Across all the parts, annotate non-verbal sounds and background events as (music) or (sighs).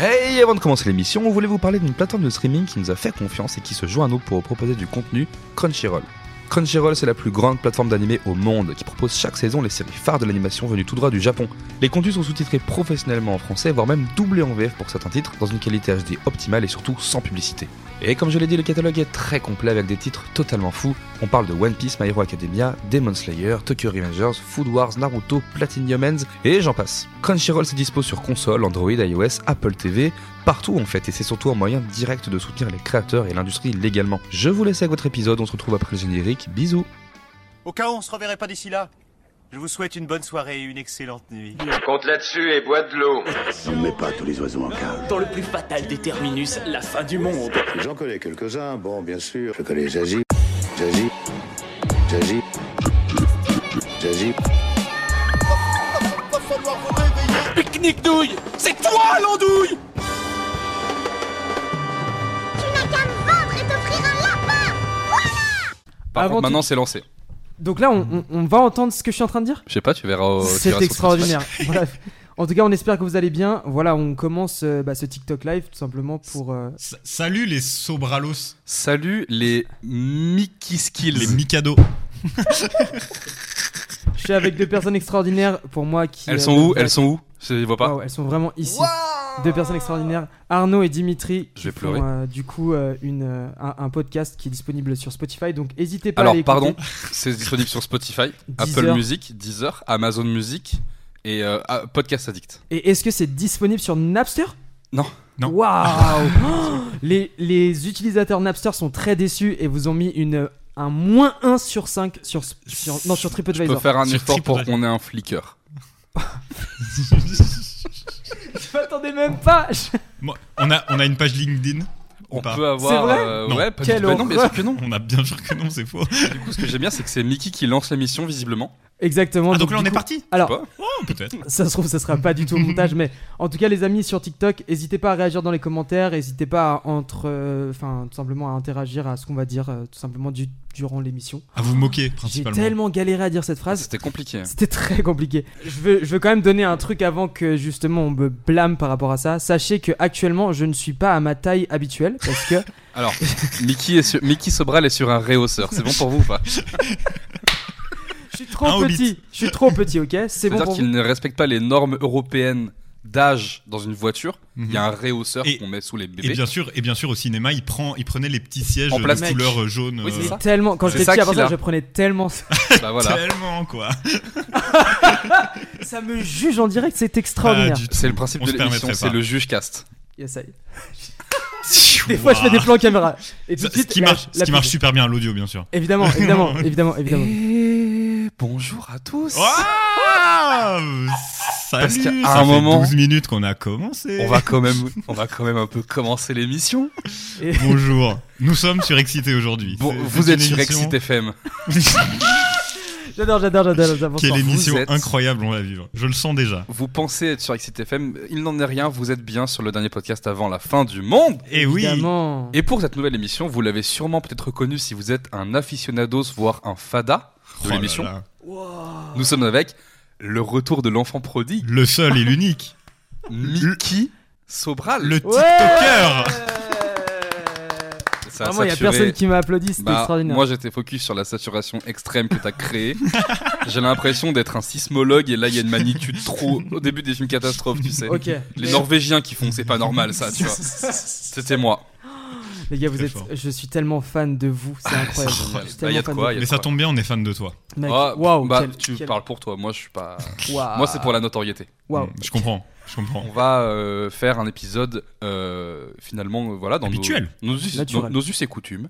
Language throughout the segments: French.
Hey, avant de commencer l'émission, on voulait vous parler d'une plateforme de streaming qui nous a fait confiance et qui se joint à nous pour vous proposer du contenu Crunchyroll. Crunchyroll, c'est la plus grande plateforme d'animé au monde qui propose chaque saison les séries phares de l'animation venues tout droit du Japon. Les contenus sont sous-titrés professionnellement en français, voire même doublés en VF pour certains titres, dans une qualité HD optimale et surtout sans publicité. Et comme je l'ai dit, le catalogue est très complet avec des titres totalement fous. On parle de One Piece, My Hero Academia, Demon Slayer, Tokyo Revengers, Food Wars, Naruto, Platinum Ends et j'en passe. Crunchyroll se dispose sur console, Android, iOS, Apple TV, partout en fait, et c'est surtout un moyen direct de soutenir les créateurs et l'industrie légalement. Je vous laisse avec votre épisode, on se retrouve après le générique, bisous Au cas où on se reverrait pas d'ici là, je vous souhaite une bonne soirée et une excellente nuit. Compte là-dessus et bois de l'eau. On ne met pas tous les oiseaux en cage. Dans le plus fatal des terminus, la fin du monde. J'en connais quelques-uns, bon, bien sûr. Je connais Zazie, Zazie, Zazie, Zazie. Pique-nique douille C'est toi l'andouille Par Avant contre, tout- maintenant c'est lancé. Donc là, on, on- on va entendre ce que je suis en train de dire Je sais pas, tu verras. au- tu verras C'est sur extraordinaire. (laughs) Bref. En tout cas, on espère que vous allez bien. Voilà, on commence euh, bah, ce TikTok live tout simplement pour. euh, S- Salut les Sobralos, Spotify. Salut les Mickey Skills. les Mikado. Je suis avec deux personnes extraordinaires pour moi qui. Elles euh, sont où Elles sont où Je les vois pas. Waouh, elles sont vraiment ici. Deux personnes extraordinaires, Arnaud et Dimitri. Je qui vais pleurer. font, euh, du coup, euh, une, euh, un, un podcast qui est disponible sur Spotify, donc n'hésitez pas à Alors, l'écouter. pardon, (laughs) c'est disponible sur (laughs) Spotify, Apple Deezer. Music, Deezer, Amazon Music et euh, ah, Podcast Addict. Et est-ce que c'est disponible sur Napster Non. Non. Waouh (gasps) Oh les, les utilisateurs Napster sont très déçus et vous ont mis une, un moins 1 sur 5 sur, sur, non, sur Je peux TripAdvisor. faire un (laughs) Sur effort pour TripAdvisor. qu'on ait un flicker. Je m'attendais même pas Je- Moi, on, a, on a une page LinkedIn. On ou pas peut avoir. C'est vrai euh, Non. ouais, pas du Quelle tout. Bah non, mais horreur. c'est que non. On a bien sûr que non, c'est faux. Ah, Du coup, ce que j'aime bien, c'est que c'est Mickey qui lance l'émission, visiblement. Exactement. Ah, donc là du on est coup- parti Alors, Pas. Oh, peut-être. ça se trouve, ça sera pas (laughs) du tout au montage, mais en tout cas, les amis sur TikTok, n'hésitez pas à réagir dans les commentaires, n'hésitez pas à entre, euh, enfin, tout simplement à interagir à ce qu'on va dire, euh, tout simplement du- durant l'émission. À vous moquer, J'ai principalement. tellement galéré à dire cette phrase. C'était compliqué. hein. C'était très compliqué. Je veux, je veux quand même donner un truc avant que justement on me blâme par rapport à ça. Sachez que actuellement je ne suis pas à ma taille habituelle parce (laughs) que Alors, Mickey, est sur... Mickey Sobral est sur un réhausseur. C'est bon pour vous ou pas je suis trop Un hobbit. petit. Je suis trop petit, ok C'est bon C'est-à-dire pour qu'il vous. ne respecte pas les normes européennes d'âge dans une voiture. Il y a un réhausseur Mhm. Et- qu'on met sous les Et bébés. bien sûr, et bien sûr au cinéma, il, prend, il prenait les petits sièges En de plastique. couleur euh, jaune. Oui, c'est euh, ça. Tellement, quand C'est j'étais ça petit avant qu'il ça, a. je prenais tellement. ça. Bah (laughs) voilà. Tellement quoi. Ça me juge en direct, c'est extraordinaire. Ah, du tout. C'est le principe On de se l'émission, permettrait c'est pas. le juge cast. Yeah, ça (laughs) y est. Des fois, je fais des plans caméra. Et tout Ça- de suite, ce qui la- marche, ce la qui marche pub. super bien à l'audio, bien sûr. Évidemment, (laughs) évidemment, évidemment, évidemment. Et bonjour à tous. Ah Salut, Parce qu'à ça un fait moment- 12 minutes qu'on a commencé. On va quand même, on va quand même un peu commencer l'émission. Bonjour, nous sommes surexcités aujourd'hui. Bon, C'est- vous c'est êtes une sur émission- Exit FM. J'adore, j'adore, j'adore, j'adore. Quelle vous émission êtes- incroyable on va vivre. Je le sens déjà. Vous pensez être sur Exit FM, il n'en est rien. Vous êtes bien sur le dernier podcast avant la fin du monde. Et Eh oui, Évidemment. Et pour cette nouvelle émission, vous l'avez sûrement peut-être reconnu si vous êtes un aficionados, voire un fada Oh de là l'émission. là. Nous sommes avec le retour de l'enfant prodigue, le seul et l'unique, Mickey Sobral. le Ouais. TikToker. Ça a Euh, Vraiment, il Ah, y a saturé. personne qui m'a applaudi, c'était Bah, extraordinaire. Moi, j'étais focus sur la saturation extrême que t'as (laughs) créée. J'ai l'impression d'être un sismologue et là, il y a une magnitude trop au début des films catastrophes, tu sais. Ok. Les Mais- (laughs) Norvégiens qui font, c'est pas normal ça, tu vois. C'était moi. Les gars, vous Très êtes, fort. Ah, je suis tellement fan de vous, c'est incroyable. génial. Je suis Bah, y a de tellement quoi, fan y a Mais de ça quoi. tombe bien, on est fan de toi. de- Mec, Ah, waouh, bah, quel- tu quel- parles pour toi, moi je suis pas. waouh. Moi, c'est pour la notoriété. Waouh. Mm, Je comprends, je comprends. On va euh, faire un épisode euh, finalement, euh, voilà, dans nos- Habituel. Nos, us, Naturel. nos- nos us et coutumes.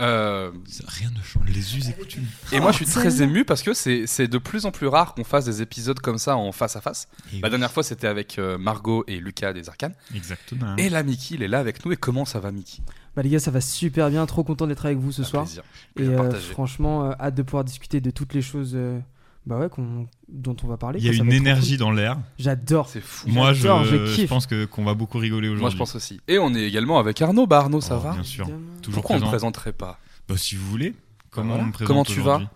Euh, Rien ne change, les us et coutumes. et moi, je suis très ému parce que c'est c'est de plus en plus rare qu'on fasse des épisodes comme ça en face à face. Et La oui, dernière fois, c'était avec euh, Margot et Lucas des Arcanes. Exactement. Ah. Et là, Mickey, il est là avec nous. Et comment ça va, Mickey Bah, les gars, ça va super bien. Trop content d'être avec vous ce Un soir. plaisir. Et Plaisir euh, partagé. franchement, euh, hâte de pouvoir discuter de toutes les choses euh, bah ouais, qu'on- dont on va parler. Il y a quoi, ça une va être trop énergie cool. dans l'air. J'adore. C'est fou. Moi, je, J'adore, je je kiffe. pense que qu'on va beaucoup rigoler aujourd'hui. Moi, je pense aussi. Et on est également avec Arnaud. Bah, Arnaud, ça Oh, va Bien sûr, Évidemment. toujours Pourquoi on ne présent. présenterait pas Bah, si vous voulez. Comment voilà. on me présente Comment tu vas aujourd'hui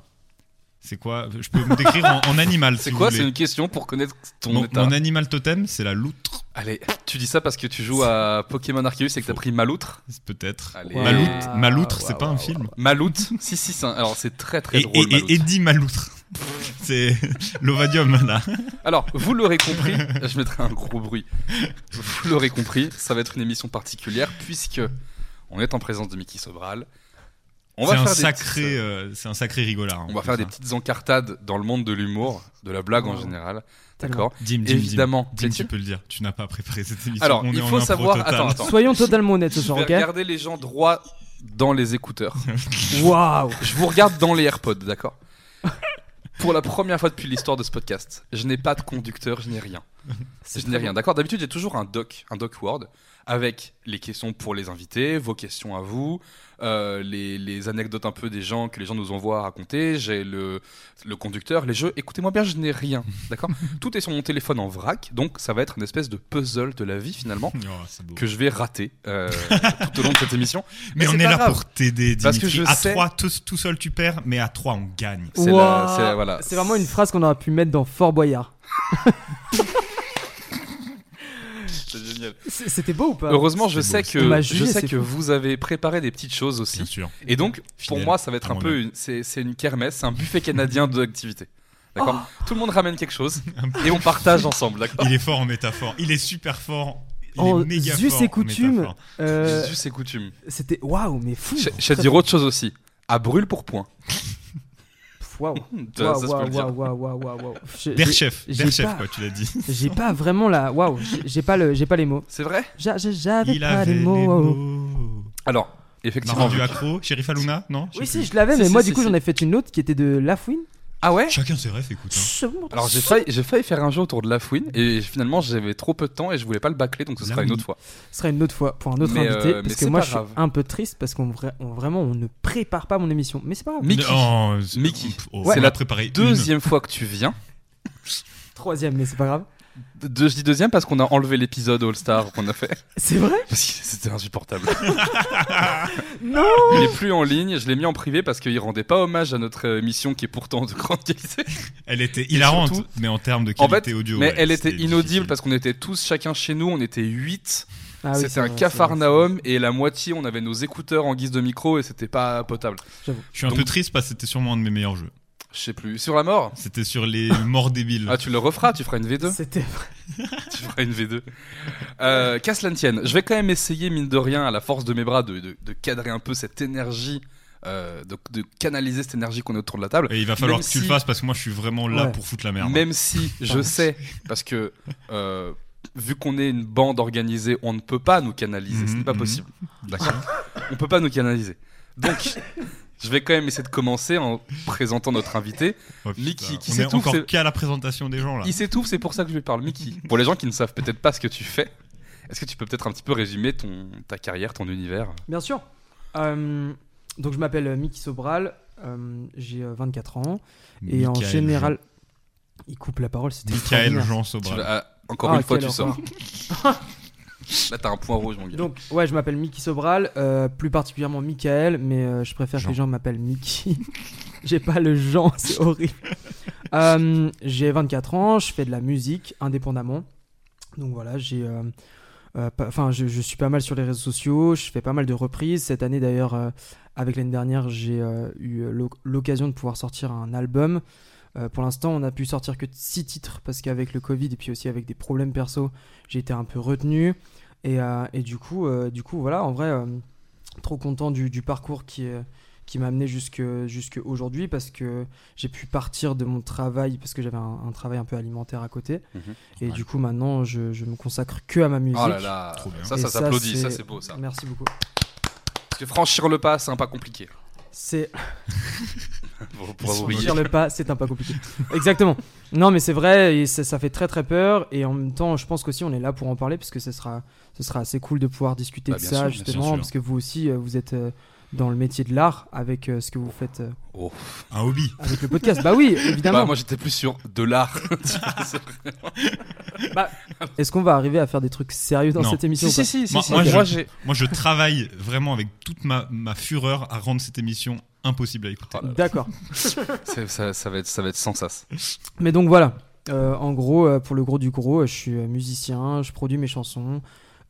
C'est quoi Je peux me décrire en, en animal. C'est si vous quoi voulez. C'est une question pour connaître ton mon, état. mon animal totem, c'est la loutre. Allez, tu dis ça parce que tu joues à Pokémon Arceus et que t'as Faut- pris Maloutre. C'est Peut-être. Allez. Maloutre, Maloutre c'est Waouh, pas un waouh, film. Maloutre, si, si, c'est un- alors c'est très très Et, drôle. et, Maloutre. et Eddie Maloutre. (laughs) c'est l'ovadium là. Alors, vous l'aurez compris, (laughs) je mettrai un gros bruit. Vous l'aurez compris, ça va être une émission particulière puisque on est en présence de Mickey Sobral. On C'est va un, faire des sacré, petites- euh, c'est un sacré rigolard. hein, on va tout faire des ça. petites encartades dans le monde de l'humour, de la blague en Oh. général. Tellement. D'accord Dim, Dim, Dim. Évidemment. Dim, tu sais-tu peux le dire. Tu n'as pas préparé cette émission. Alors, On il est en faut impro savoir- totale. attends, attends. Soyons totalement honnêtes ce Je soir, vais ok regarder les gens droit dans les écouteurs. Waouh Je vous regarde dans les AirPods, d'accord Pour la première fois depuis l'histoire de ce podcast, je n'ai pas de conducteur, je n'ai rien. Je n'ai rien, d'accord D'habitude, j'ai toujours un doc, un doc Word, avec les questions pour les invités, vos questions à vous, euh, les, les anecdotes un peu des gens que les gens nous envoient à raconter, j'ai le, le conducteur, les jeux. Écoutez-moi bien, je n'ai rien, (laughs) d'accord Tout est sur mon téléphone en vrac, donc ça va être une espèce de puzzle de la vie finalement (laughs) Oh, c'est beau. que je vais rater euh, tout au long de cette émission. Mais Mais, on c'est est pas là grave. pour t'aider, Dimitri. Parce que je à sais- trois, tous- tout, seul tu perds, mais à trois on gagne. C'est la- c'est la- voilà. C'est vraiment une phrase qu'on aurait pu mettre dans Fort Boyard. (laughs) C'est génial. C'est- C'était beau ou pas Heureusement, je C'est sais beau, On que m'a je jugé, sais c'est que fou. vous avez préparé des petites choses Bien aussi. sûr. Et donc, pour Fidèle moi, ça va être à un peu, moi-même. une- c'est c'est une kermesse, c'est un buffet (laughs) canadien d'activités. D'accord. Oh. Tout le monde ramène quelque chose et on partage ensemble. D'accord. Il est fort en métaphore. Il est super fort. Il En est méga zus fort et en coutume. métaphore. Euh, Jésus, c'est coutume. C'était waouh, mais fou. Je je vais te dire autre chose aussi. À brûle pour point. Pff, Waouh. Ça, Mmh, Waouh, ça, je peux le waouh, dire. waouh, waouh, waouh, waouh, waouh. J'ai- Der j'ai- chef, j'ai Der chef, pas- quoi, tu l'as (laughs) dit. J'ai pas vraiment la. Waouh, j'ai- j'ai pas le, j'ai pas les mots. C'est vrai. J'a- j'a- J'avais Il pas les avait les mots. waouh. mots. Alors, M'a effectivement. rendu accro, Sheriff Aluna, non Je Oui, sais si, je l'avais, Si, mais si, moi, si, du coup, si. j'en ai fait une autre qui était de La Fouine. Ah ouais. plus. Chacun ses rêves, écoute. hein. Alors j'ai failli, j'ai failli faire un jeu autour de la fouine et finalement j'avais trop peu de temps et je voulais pas le bâcler donc ce sera une autre fois. Ce sera une autre fois pour un autre Mais, euh, invité. mais parce que c'est moi, pas je suis grave. un peu triste parce qu'on vra- on- vraiment, on ne prépare pas mon émission. Mais c'est pas grave. Mickey, Non, Mickey. oh, Ouais. on l'a préparé. une. deuxième fois que tu viens. Troisième, mais c'est pas grave. Deux- je dis deuxième parce qu'on a enlevé l'épisode All Star qu'on a fait C'est vrai parce que c'était insupportable. Non (laughs) Il (laughs) est plus en ligne, je l'ai mis en privé parce qu'il rendait pas hommage à notre euh, émission qui est pourtant de grande qualité. Elle était hilarante, surtout- mais en termes de En qualité fait, audio. mais ouais, elle était c'était inaudible difficile. parce qu'on était tous chacun chez nous, on était 8. Ah oui, c'est c'était un vrai, c'est cafarnaum et la moitié on avait nos écouteurs en guise de micro et c'était pas potable. Je suis un Donc- peu triste parce que c'était sûrement un de mes meilleurs jeux. Je sais plus. Sur la mort C'était (laughs) sur les morts débiles. Ah, tu le referas, tu feras une vrai. V2. (laughs) C'était tu feras une V2. Euh, Qu'à cela ne tienne, je vais quand même essayer, mine de rien, à la force de mes bras, de, de- de cadrer un peu cette énergie, euh, de, de canaliser cette énergie qu'on a autour de la table. Et il va falloir Même que tu le si- fasses parce que moi je suis vraiment là Ouais. pour foutre la merde. Même (laughs) si je sais, parce que euh, vu qu'on est une bande organisée, on ne peut pas nous canaliser. Ce Mhm, n'est pas mhm. possible. D'accord. On peut pas nous canaliser. Donc, (laughs) je vais quand même essayer de commencer en présentant notre invité. Oh, putain. Mickey, qui on est s'étouffe, encore c'est- qu'à la présentation des gens là. Il s'étouffe, c'est pour ça que je lui parle. Mickey, pour les gens qui ne savent peut-être pas ce que tu fais, est-ce que tu peux peut-être un petit peu résumer ton, ta carrière, ton univers Bien sûr. Euh, donc je m'appelle euh, Mickey Sobral, euh, j'ai euh, 24 ans et en Michael général, il coupe la parole, c'était Jean- Michael extraordinaire. Jean Tu Sobral. vas- ah, Encore Ah, une fois, quelle tu sors. horreur. Là, t'as un point rouge, mon gars. Donc ouais, je m'appelle Mickey Sobral, euh, plus particulièrement Michael, mais euh, je préfère que Jean. les gens m'appellent Mickey. (laughs) j'ai pas le Jean, (laughs) c'est horrible. Euh, j'ai 24 ans, je fais de la musique indépendamment. Donc voilà, j'ai euh, euh, pas- Enfin, je, je suis pas mal sur les réseaux sociaux, je fais pas mal de reprises. Cette année d'ailleurs, euh, avec l'année dernière, j'ai euh, eu euh, l'oc- l'occasion de pouvoir sortir un album. Euh, pour l'instant, on a pu sortir que 6 titres parce qu'avec le Covid et puis aussi avec des problèmes perso, j'ai été un peu retenu. Et, euh, et du, coup, euh, du coup, voilà, en vrai, euh, trop content du, du parcours qui, euh, qui m'a amené jusque, jusque aujourd'hui parce que j'ai pu partir de mon travail parce que j'avais un, un travail un peu alimentaire à côté. Mhm. Et Ouais. du coup, maintenant, je, je me consacre que à ma musique. Oh là là, Trop bien. ça, Et ça ça, s'applaudit, ça c'est- c'est beau ça. Merci beaucoup. Parce que franchir le pas, c'est un pas compliqué. C'est Pour, pour Ils sont ouvrier. franchir le pas, c'est un pas compliqué. Exactement. Non, mais c'est vrai, et ça, ça fait très très peur. Et en même temps, je pense qu'aussi on est là pour en parler parce que ce sera, ce sera assez cool de pouvoir discuter Bah, de bien ça sûr, bien justement sûr. parce que vous aussi, euh, vous êtes euh, dans le métier de l'art avec euh, ce que vous faites euh, Oh. Un hobby. avec le podcast. bah (laughs) oui, Bah, évidemment. moi j'étais plus sur de l'art. (laughs) Est-ce qu'on va arriver à faire des trucs sérieux dans Non. cette émission ou pas si, Moi- moi, ok. je- Moi, j'ai. Moi je travaille vraiment avec toute ma, ma fureur à rendre cette émission impossible à écouter. Oh là là. D'accord. C'est- Ça, ça va être, ça va être sans sas. Mais donc voilà. Euh, en gros, euh, pour le gros du gros, euh, je suis euh, musicien, je produis mes chansons,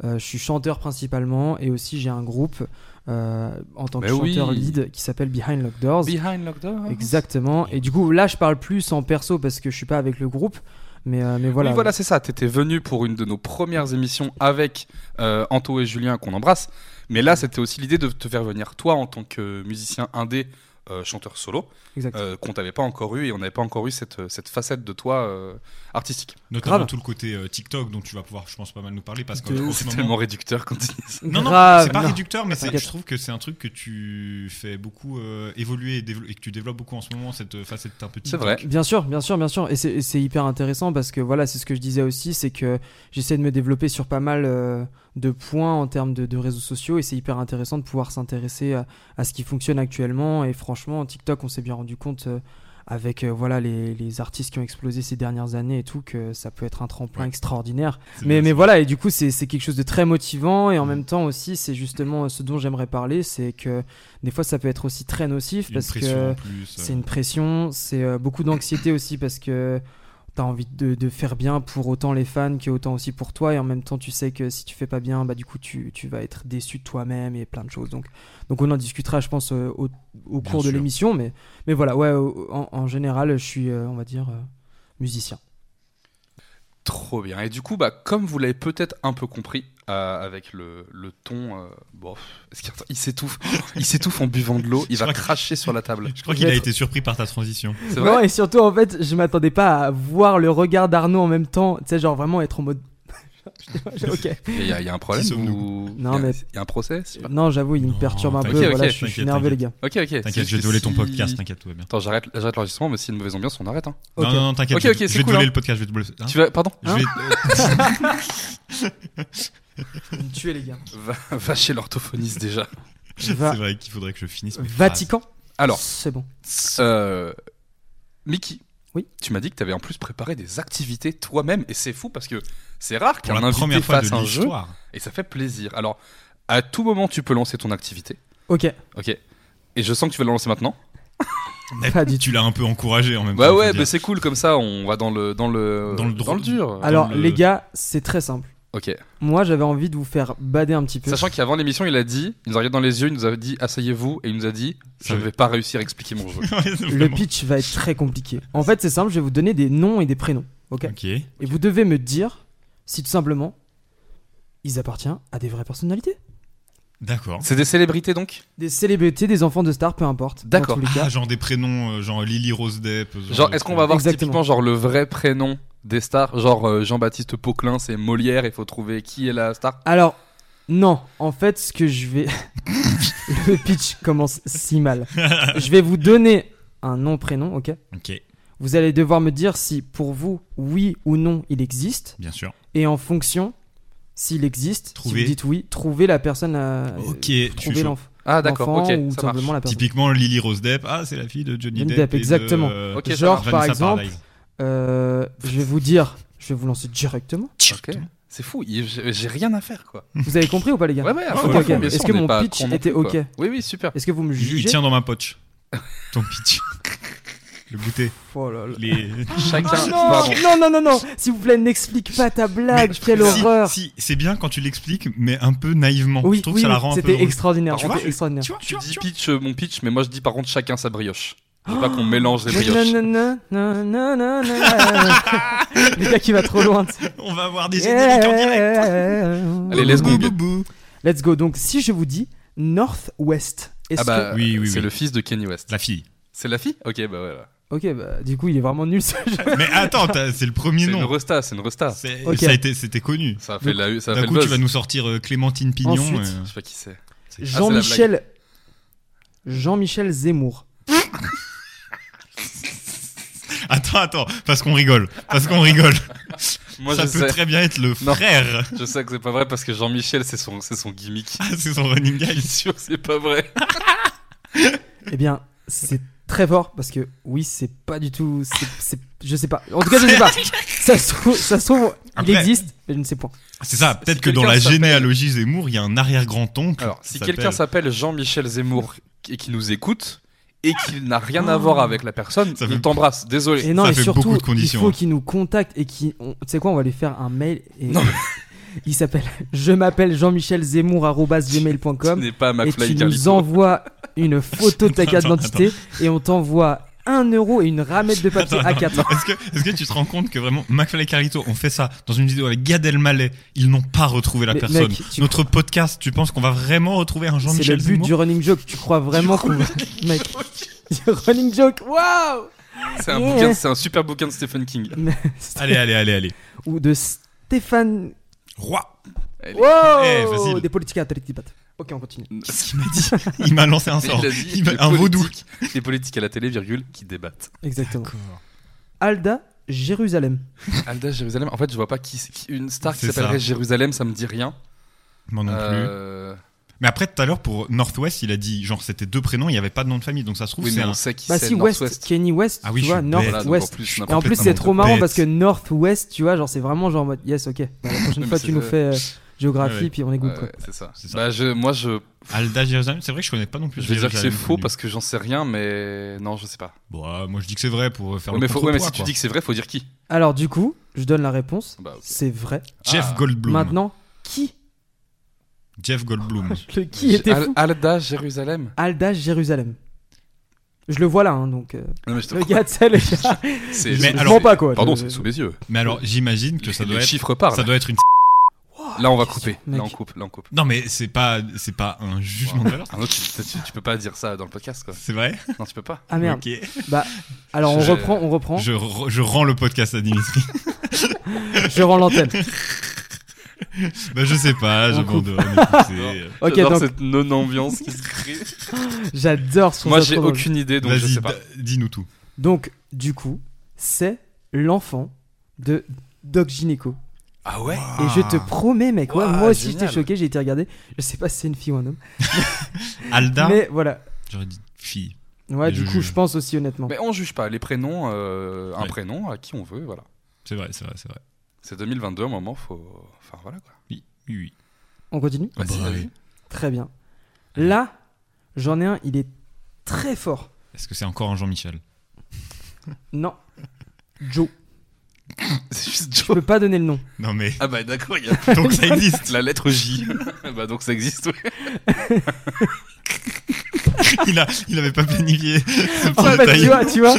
euh, je suis chanteur principalement, et aussi j'ai un groupe euh, en tant que Mais oui. chanteur lead qui s'appelle Behind Locked Doors. Behind Lockdown. Exactement. Et du coup, là, je parle plus en perso parce que je suis pas avec le groupe, mais, euh, mais voilà. Oui, voilà, c'est ça. T'étais venu pour une de nos premières émissions avec euh, Anto et Julien, qu'on embrasse. Mais là, c'était aussi l'idée de te faire venir, toi, en tant que musicien indé, euh, chanteur solo, Exact. euh, qu'on t'avait pas encore eu et on n'avait pas encore eu cette, cette facette de toi euh, artistique. Notamment Grave. tout le côté euh, TikTok dont tu vas pouvoir, je pense, pas mal nous parler parce qu'en De en ouf. ce C'est moment- tellement réducteur quand tu dis ça. Non, non, Grave, c'est pas non. Ah, réducteur, mais c'est- T'inquiète. je trouve que c'est un truc que tu fais beaucoup euh, évoluer et, dévelop- et que tu développes beaucoup en ce moment, cette euh, facette un peu C'est TikTok. vrai. Bien sûr, bien sûr, bien sûr. Et c'est- et c'est hyper intéressant parce que voilà, c'est ce que je disais aussi, c'est que j'essaie de me développer sur pas mal euh, de points en termes de, de réseaux sociaux et c'est hyper intéressant de pouvoir s'intéresser à, à ce qui fonctionne actuellement. Et franchement, TikTok, on s'est bien rendu compte euh, avec euh, voilà les, les artistes qui ont explosé ces dernières années et tout que ça peut être un tremplin Ouais. extraordinaire. C'est Mais, vrai, mais c'est- voilà, et du coup, c'est c'est quelque chose de très motivant Mm. et en même temps aussi, c'est justement euh, ce dont j'aimerais parler, c'est que des fois, ça peut être aussi très nocif une parce que pression en plus. euh. c'est une pression, c'est euh, beaucoup d'anxiété aussi parce que t'as envie de, de faire bien pour autant les fans que autant aussi pour toi et en même temps tu sais que si tu fais pas bien bah du coup tu, tu vas être déçu de toi-même et plein de choses donc donc on en discutera je pense euh, au, au Bien cours sûr. de l'émission mais mais voilà ouais au- en, en général je suis euh, on va dire euh, musicien Trop bien. Et du coup, bah, comme vous l'avez peut-être un peu compris, euh, avec le, le ton. euh, bon, est-ce qu'il- attends, il (laughs) s'étouffe. Il s'étouffe en buvant de l'eau. Il Je va crois que- cracher sur la table. (laughs) Je crois Je qu'il vais a être- été surpris par ta transition. C'est non vrai. et surtout en fait je m'attendais pas à voir le regard d'Arnaud en même temps tu sais genre vraiment être en mode (laughs) ok Il y, a- il y a un problème Qui sommes-nous ou- Non, il y a- mais- Il y a un procès je sais pas. non j'avoue il Non, me perturbe un peu t'inquiète, voilà ok, je suis- je suis t'inquiète, nerveux les t'inquiète. gars Ok, ok. T'inquiète, Si- je vais te voler si- ton podcast, t'inquiète, tout va bien. Attends, j'arrête j'arrête l'enregistrement, mais s'il y a une mauvaise ambiance, on arrête. hein. Ok. Non, non, non, t'inquiète, Ok, je- ok, je c'est vais te cool, voler hein. le podcast, je vais te voler. hein tu vas, pardon Je vais- (laughs) tuez (laughs) les gars va, va chez l'orthophoniste déjà. Va- C'est vrai qu'il faudrait que je finisse. mes Vatican Alors, C'est bon. euh, Mickey, Oui. tu m'as dit que tu avais en plus préparé des activités toi-même, et c'est fou parce que c'est rare Pour qu'un la invité première fois de fasse un jeu, l'histoire. et ça fait plaisir. Alors, à tout moment, tu peux lancer ton activité, Ok, ok Et je sens que tu vas la lancer maintenant. pas du tout. Tu l'as un peu encouragé en même Bah temps. ouais, faut mais dire. c'est cool comme ça, on va dans le dans le Dans le drôle. dur. Alors, le- les gars, c'est très simple. ok. Moi, j'avais envie de vous faire bader un petit peu. Sachant qu'avant l'émission, il a dit, il nous a regardé dans les yeux, il nous a dit asseyez-vous et il nous a dit je Ça- ne vais pas réussir à expliquer (laughs) mon jeu. Ouais, c'est Le vraiment- pitch va être très compliqué. En fait, c'est simple, je vais vous donner des noms et des prénoms. Ok Ok. Et vous devez me dire si tout simplement ils appartiennent à des vraies personnalités. D'accord. C'est des célébrités donc Des célébrités, des enfants de stars, peu importe. dans D'accord. tous les Ah, cas. genre des prénoms, euh, genre Lily Rose Depp. ce Genre, de est-ce qu'on truc. va avoir Exactement. typiquement genre le vrai prénom des stars Genre euh, Jean-Baptiste Poquelin, c'est Molière, il faut trouver qui est la star Alors, non, en fait, ce que je vais. (laughs) le pitch commence si mal. Je vais vous donner un nom, prénom, ok Ok, Vous allez devoir me dire si pour vous, oui ou non, il existe. bien sûr. Et en fonction, s'il existe, Trouver. si vous dites oui, trouver la personne à. Ok, euh, je suis trouver chaud. l'enf- Ah d'accord, l'enfant ok, ou ça marche. simplement la personne. Typiquement Lily Rose Depp. Ah, c'est la fille de Johnny Johnny Depp. Depp, et de, exactement. euh, Ok, ça Genre, marche. Vanessa par exemple, Paradise. euh, je vais vous dire, je vais vous lancer directement. Ok. C'est fou, il- j'ai j'ai rien à faire quoi. Vous avez compris ou pas, les gars Ouais, ouais, à Ouais, fond, ouais, à ouais, fond, ouais. bien Est-ce sûr, que on n'est mon pas pitch con non était plus, quoi. ok Oui, oui, super. Est-ce que vous me Il il jugez tient dans ma (laughs) poche. Ton pitch. Le goûter. Oh là là. Les... Chacun. Ah Pardon. non, non, non, non, non, s'il vous plaît, n'explique pas ta blague, quelle Si, horreur. Si, c'est bien quand tu l'expliques, mais un peu naïvement. Oui, je trouve oui, que ça la oui, rend un peu. c'était drôle. extraordinaire. Tu c'était vois, tu- extraordinaire. Tu vois, tu Tu vois, dis tu vois. pitch euh, mon pitch, mais moi je dis par contre chacun sa brioche. Je veux pas Oh qu'on mélange les brioches. Ah Nanana, nanana, nanana. (laughs) Le gars qui va trop loin. tu sais. (laughs) On va avoir des Yeah. génériques en direct. (laughs) Allez, let's go. Bou, bou, bou. Let's go. Donc, si je vous dis Northwest, est-ce Ah bah, que- Oui, oui, c'est oui. le fils de Kenny West. La fille. C'est la fille Ok, bah voilà. que. Ok, bah, du coup, il est vraiment nul Ah, ce jeu. Mais attends, t'as- c'est le premier C'est une nom. resta, c'est une resta. C'est- Ok. ça a été- C'était connu. Ça a fait, la, ça a D'un fait coup, le tu buzz. vas nous sortir euh, Clémentine Pignon. Ensuite. euh, Je sais pas qui c'est. c'est- Jean-Michel. Jean-Michel Zemmour. Attends, attends, parce qu'on rigole. Parce qu'on rigole. Moi ça je peut sais. très bien être le Non. frère. (laughs) Je sais que c'est pas vrai parce que Jean-Michel, c'est son, c'est son gimmick. Ah, c'est son running Je gag. suis sûr que c'est pas (laughs) vrai. Eh bien, c'est très fort parce que oui, c'est pas du tout. c'est- c'est- je sais pas. En tout cas, je (laughs) sais pas. Ça se trouve, ça se trouve il Après- existe, mais je ne sais point. C'est ça, Si peut-être que quelqu'un dans la s'appelle- généalogie Zemmour, il y a un arrière-grand-oncle. Alors, qui si quelqu'un s'appelle- s'appelle Jean-Michel Zemmour et qui nous écoute et qu'il n'a rien à voir avec la personne, Ça il fait- t'embrasse. Désolé. Oh. Et non, Ça et fait surtout, beaucoup de il conditions, faut hein. qu'il nous contacte et qu'il. on- Tu sais quoi, on va lui faire un mail. Et... (laughs) il s'appelle. Je m'appelle Jean-Michel Zemmour Ce gmail.com n'est pas et McFly tu et nous Carlito. envoies (laughs) une photo de ta carte Attends, d'identité et on t'envoie 1 euro et une ramette de papier Attends, A4. Est-ce que, est-ce que tu te rends compte que vraiment McFly et Carlito ont fait ça dans une vidéo avec Gad Elmaleh Ils n'ont pas retrouvé la Mais personne. mec, tu Notre podcast, tu penses qu'on va vraiment retrouver un C'est le Jean-Michel but Zemmour du running joke. Tu crois vraiment qu'on. Mec. du running joke, waouh! C'est un, Yeah. bouquin- c'est un super bouquin de Stephen King. Allez, allez, allez, allez. (laughs) Ou de Stéphane. Roi. Allez. Wow! Eh, facile. Des politiques à télétipat. Ok, on continue. Qu'est-ce qu'il m'a dit Il m'a lancé un Il sort. a dit, Il m'a- les un vaudou. politiques- Les politiques à la télé, virgule, qui débattent. Exactement. Alda, Jérusalem. Alda Jérusalem, en fait, je vois pas qui, c'est- qui- une star qui C'est ça. s'appellerait Jérusalem, ça me dit rien. Moi non plus. Euh, Mais après, tout à l'heure, pour Northwest, il a dit genre c'était deux prénoms, il n'y avait pas de nom de famille. Donc ça se trouve, oui, c'est mais un. on sait qui Bah c'est. si, West, Northwest. Kenny West, Ah tu oui, je vois, suis Voilà, North donc en West. plus, Et en n'importe plus, c'est trop complètement marrant bête. parce que North West, tu vois, genre c'est vraiment genre en mode yes, ok. Bah, (laughs) la prochaine Mais fois, c'est tu nous vrai. fais euh, Ouais, géographie, ouais. puis on est good Ouais, quoi. c'est ça. C'est ça. Bah, je, moi, je, Alda Jérusalem, c'est vrai que je connais pas non plus. je vais dire que c'est Jérusalem, faux connu. parce que j'en sais rien, mais non, je sais pas. Bon, ah, moi je dis que c'est vrai pour faire Ouais, le mais, faut- ouais, mais si contrepoids, tu quoi. dis que c'est vrai, faut dire qui. Alors du coup, je donne la réponse. Bah, ok. C'est vrai. Jeff Ah. Goldblum. Maintenant, qui Jeff Ah, Goldblum. Le (laughs) qui était Al- fou Alda Jérusalem. Alda, Jérusalem. Je le vois là, hein, donc. euh, Non, mais je te le gars, tu sais, le gars. (laughs) C'est- Mais c'est- je alors- mens pas quoi. Pardon, Je- c'est sous les yeux. Mais alors, j'imagine que ça Les- doit les être. chiffres parlent. Ça doit être une. Là, on va couper. mec. Là, on coupe. Là, on coupe. Non, mais c'est pas, c'est pas un jugement de valeur. Arnaud, Ah tu, tu- tu peux pas dire ça dans le podcast, quoi. C'est vrai. Non, tu peux pas. Ah merde. Ok. Bah, alors on Je- reprend, on reprend. Je, re- je rends le podcast à (laughs) Dimitri. Je rends (laughs) l'antenne. bah, je sais pas, On j'abandonne. écoute, c'est- Ok, J'adore donc cette non-ambiance (laughs) qui se crée. j'adore son Moi, j'ai intro, donc- aucune idée, donc je Vas-y, sais pas. d- dis-nous tout. Donc, du coup, c'est l'enfant de Doc Gynéco. Ah ouais Et je te promets, mec, ouais, Ouah, moi aussi génial. j'étais choqué, j'ai été regardé. Je sais pas si c'est une fille ou un homme. Ah. Alda, Mais voilà. j'aurais dit fille. Ouais, Mais du je coup, juge. je pense aussi honnêtement. Mais on juge pas. Les prénoms, euh, un Ouais. prénom à qui on veut, voilà. C'est vrai, c'est vrai, c'est vrai. C'est 2022, à un moment, faut. Enfin, voilà, quoi. Oui, oui, oui. On continue Ah Vas-y, bah vas-y. oui. Très bien. Là, j'en ai un, il est très fort. Est-ce que c'est encore un Jean-Michel Non. Joe. (laughs) C'est juste Je Joe. peux pas donner le nom. Non, mais. Ah bah d'accord, il y a (laughs) (laughs) Donc ça existe. la lettre (laughs) J. bah donc ça existe, ouais. Il, a, il avait pas planifié. ce Oh, En petit fait, détail. Oh, bah, tu vois, tu vois,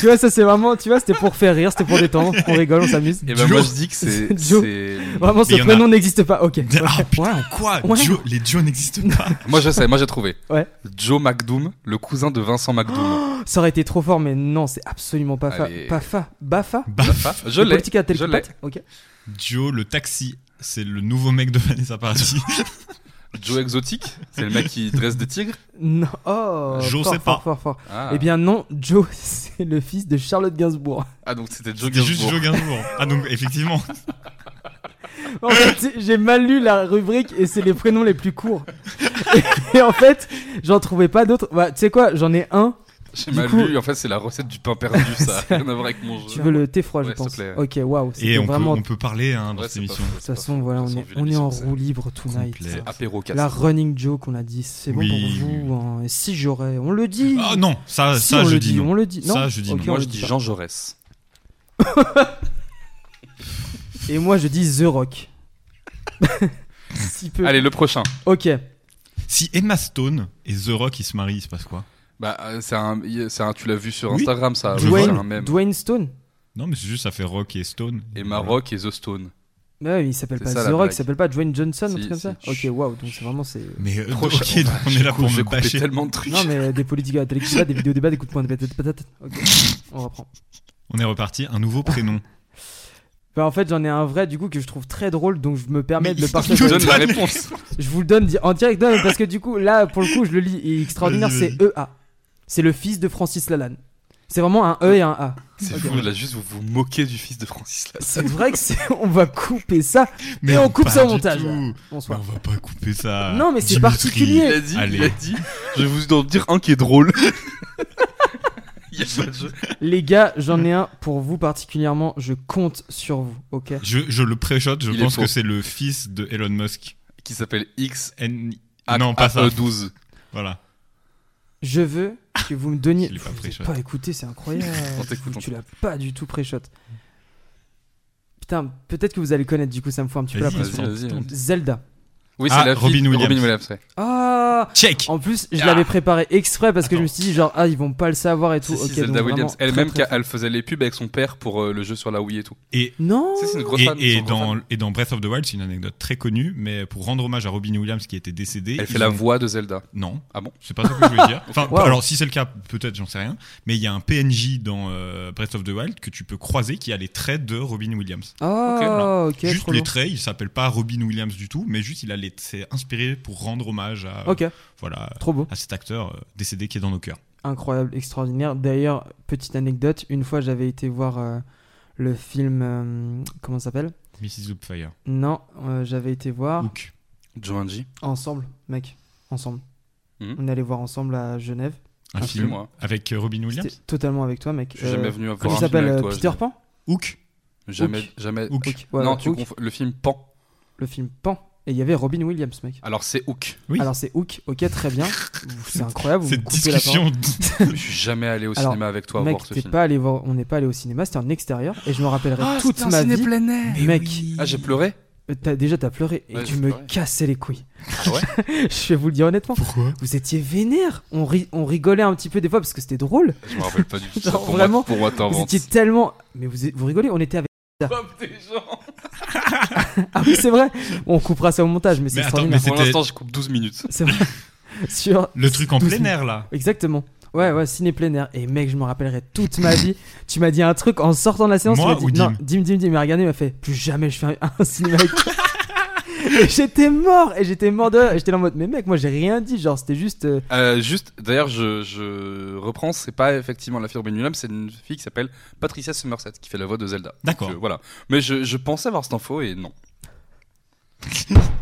tu vois, ça c'est vraiment, tu vois, c'était pour faire rire, c'était pour détendre, on rigole, on s'amuse. Et bah Joe. moi je dis que c'est. (laughs) Joe. c'est- Vraiment, ce Mais y en a- prénom n'existe pas. Ok. (laughs) Ah, putain, Ouais. quoi Ouais. Joe- Les Joe n'existent pas. (laughs) Moi je sais, moi j'ai trouvé. Ouais. Oh Joe McDoom, le cousin de Vincent McDoom. Ça aurait été trop fort, mais non, c'est absolument pas fa. Allez. Pas fa. Bafa. Bah, Enfin, je Les l'ai. politiques à Je l'ai. télépathe Ok. Joe, le taxi, c'est le nouveau mec de Vanessa Paradis. Joe Exotique, c'est le mec qui dresse des tigres. Non. Oh. Joe, fort, c'est fort, pas. Fort, fort. Ah, Eh bien non, Joe, (laughs) c'est le fils de Charlotte Gainsbourg. ah donc c'était Joe C'était juste Gainsbourg. Joe Gainsbourg. Ah, donc (laughs) effectivement. En fait, (laughs) c'est- j'ai mal lu la rubrique et c'est les prénoms les plus courts. (laughs) Et, en fait, j'en trouvais pas d'autres. Bah, tu sais quoi, j'en ai un. J'ai Du mal coup- lu, en fait c'est la recette du pain perdu, ça a rien à voir avec mon jeu. Tu veux le T-Froid, je Ouais, s'il te pense. plaît. Ok, waouh. Et C'était on, vraiment. peut, on peut parler hein, dans Ouais, cette c'est pas faux, émission. De c'est toute pas façon, faux. voilà, De toute on façon, vu est, on est en l'émission, c'est roue libre tonight. complet. ça. Apéro 4. La running joke, on a dit, c'est bon Oui, pour oui, vous. hein. Et si j'aurais, on le dit. Ah non, ça, Si, ça on je le dis dit, non. on le dit. Non, Ça, je dis ok, non. on Moi le je dit dis pas. Jean Jaurès. Et moi, je dis The Rock. (laughs) si peu. Allez, le prochain. Ok. Si Emma Stone et The Rock ils se marient, il se passe quoi Bah, euh, c'est un, il- c'est un, tu l'as vu sur Oui. Instagram, ça. Je oui, vois. c'est un Dwayne, mème. Dwayne Stone. Non, mais c'est juste ça fait Rock et Stone. Euh, Et Maroc et The Stone. Mais Bah ouais, mais il s'appelle C'est pas ça, The la Rock, blague. il s'appelle pas Dwayne Johnson, un Si, truc comme si. ça. Ok, waouh, donc c'est vraiment. c'est Mais euh, Prochain. Ah, ok, donc on est là pour me J'ai coupé bâcher. tellement de trucs. Non, mais euh, des politiques à la télévision, des vidéos débats, des coups de poing, des patates, patates. Ok, on reprend. On est reparti. Un nouveau prénom. Bah, en fait, j'en ai un vrai du coup que je trouve très drôle, donc je me permets Mais de le il- Je partager. te donne Donne la les- réponse. Je vous le donne di- en direct, non, mais parce que du coup, là, pour le coup, je le lis. Et extraordinaire, Vas-y, c'est EA. C'est le fils de Francis Lalanne. C'est vraiment un E et un A. C'est Ok. fou, là, juste vous vous moquez du fils de Francis Lalanne. C'est vrai que c'est. On va couper ça. Mais (laughs) Et on non, coupe pas ça au du montage. tout. Mais Bonsoir. on va pas couper ça. Non, mais c'est Dimitri. particulier. Il a dit, il Allez. a dit. Je vais vous en dire un qui est drôle. Il y a pas de jeu. Les gars, j'en ai un pour vous particulièrement. Je compte sur vous, ok Je, je le pré-shot, je Il est pense faux. que c'est le fils de Elon Musk. Qui s'appelle X. N- A- E non, pas ça. AE12. Voilà. Je veux que vous me donniez. Je l'ai pas Vous pré-shot. avez pas écouté, c'est incroyable. (laughs) On t'écoute, on tu l'as pas du tout pré-shot. Putain, peut-être que vous allez connaître, du coup, ça me fout un petit peu la Vas-y, pression. vas-y. Zelda. Oui, Ah, c'est la fille- Robin Williams. Robin Williams, ouais. Ah Check En plus, je Ah. l'avais préparé exprès parce que Attends. je me suis dit, genre, ah, ils vont pas le savoir et tout. Si, si, Ok, donc Zelda vraiment Williams. très, Elle-même, très qu'a- elle faisait les pubs avec son père pour euh, le jeu sur la Wii et tout. Et, fort. Non Si, c'est une grosse et, fan. et c'est une grosse dans, fan. et dans Breath of the Wild, c'est une anecdote très connue, mais pour rendre hommage à Robin Williams qui était décédé. Elle fait ils la ont- voix de Zelda. Non. Ah bon C'est pas ça que je voulais dire. Enfin, Wow. alors si c'est le cas, peut-être, j'en sais rien. Mais il y a un PNJ dans euh, Breath of the Wild que tu peux croiser qui a les traits de Robin Williams. Ah, ok, juste trop les long. traits, il s'appelle pas Robin Williams du tout, mais juste il a les, c'est inspiré pour rendre hommage à, Ok, voilà, trop beau. à cet acteur euh, décédé qui est dans nos cœurs. incroyable, extraordinaire. D'ailleurs, petite anecdote, une fois j'avais été voir euh, le film. euh, comment ça s'appelle Mrs. Doubtfire. Non, euh, j'avais été voir Hook. Jumanji. ensemble, mec. Ensemble. Mhm. On allait voir ensemble à Genève. Un Ah, film moi. avec euh, Robin Williams. C'était totalement avec toi, mec. Je suis Euh, jamais venu à voir Comment il un film s'appelle avec euh, toi. je- Peter Pan Hook. Jamais, Hook. jamais. Hook. Hook, ouais, non, ouais, tu Hook, confonds- le film Pan. Le film Pan. Et il y avait Robin Williams, mec. Alors c'est Hook. Oui. Alors c'est Hook, ok, très bien. Vous- C'est incroyable. vous me Cette coupez la parole. discussion. Mais je suis jamais allé au Alors, cinéma avec toi Mec, voir ce t'es film. pas allé voir, on n'est pas allé au cinéma, c'était en extérieur. Et je me rappellerai Ah, toute c'était un ma vie. ciné-plein air. Mec, Ah, j'ai pleuré. Euh, t'as- déjà t'as pleuré et Ouais, tu j'ai me pleuré. cassais les couilles. Ah ouais (laughs) je vais vous le dire honnêtement. Pourquoi Vous étiez vénère. On, ri- on rigolait un petit peu des fois parce que c'était drôle. Je me rappelle pas du tout. Genre, ça. Pour vraiment, moi, pour moi Vous t'inventes. étiez tellement. Mais vous, vous rigolez, on était avec. Comme des gens. (laughs) Ah oui, c'est vrai. Bon, on coupera ça au montage, mais c'est Mais attends, mais extraordinaire. Pour C'était- l'instant, je coupe 12 minutes. (laughs) C'est vrai. Sur. Le truc en 12 plein air là. Exactement. Ouais, ouais, ciné plein air. Et mec, je me rappellerai toute ma vie. Tu m'as dit un truc en sortant de la séance. Moi tu m'as ou dit, Dim Non, Dim, Dim, Dim. Il m'a regardé, il m'a fait plus jamais je fais un, un cinéma avec (laughs) toi. Et j'étais mort. Et j'étais mort de. et J'étais là en mode, mais mec, moi j'ai rien dit. Genre, c'était juste. euh, Euh, juste, d'ailleurs, je, je reprends, c'est pas effectivement la fille de Robin Williams, c'est une fille qui s'appelle Patricia Somerset, qui fait la voix de Zelda. D'accord. Que- voilà. Mais je, je pensais avoir cette info et non.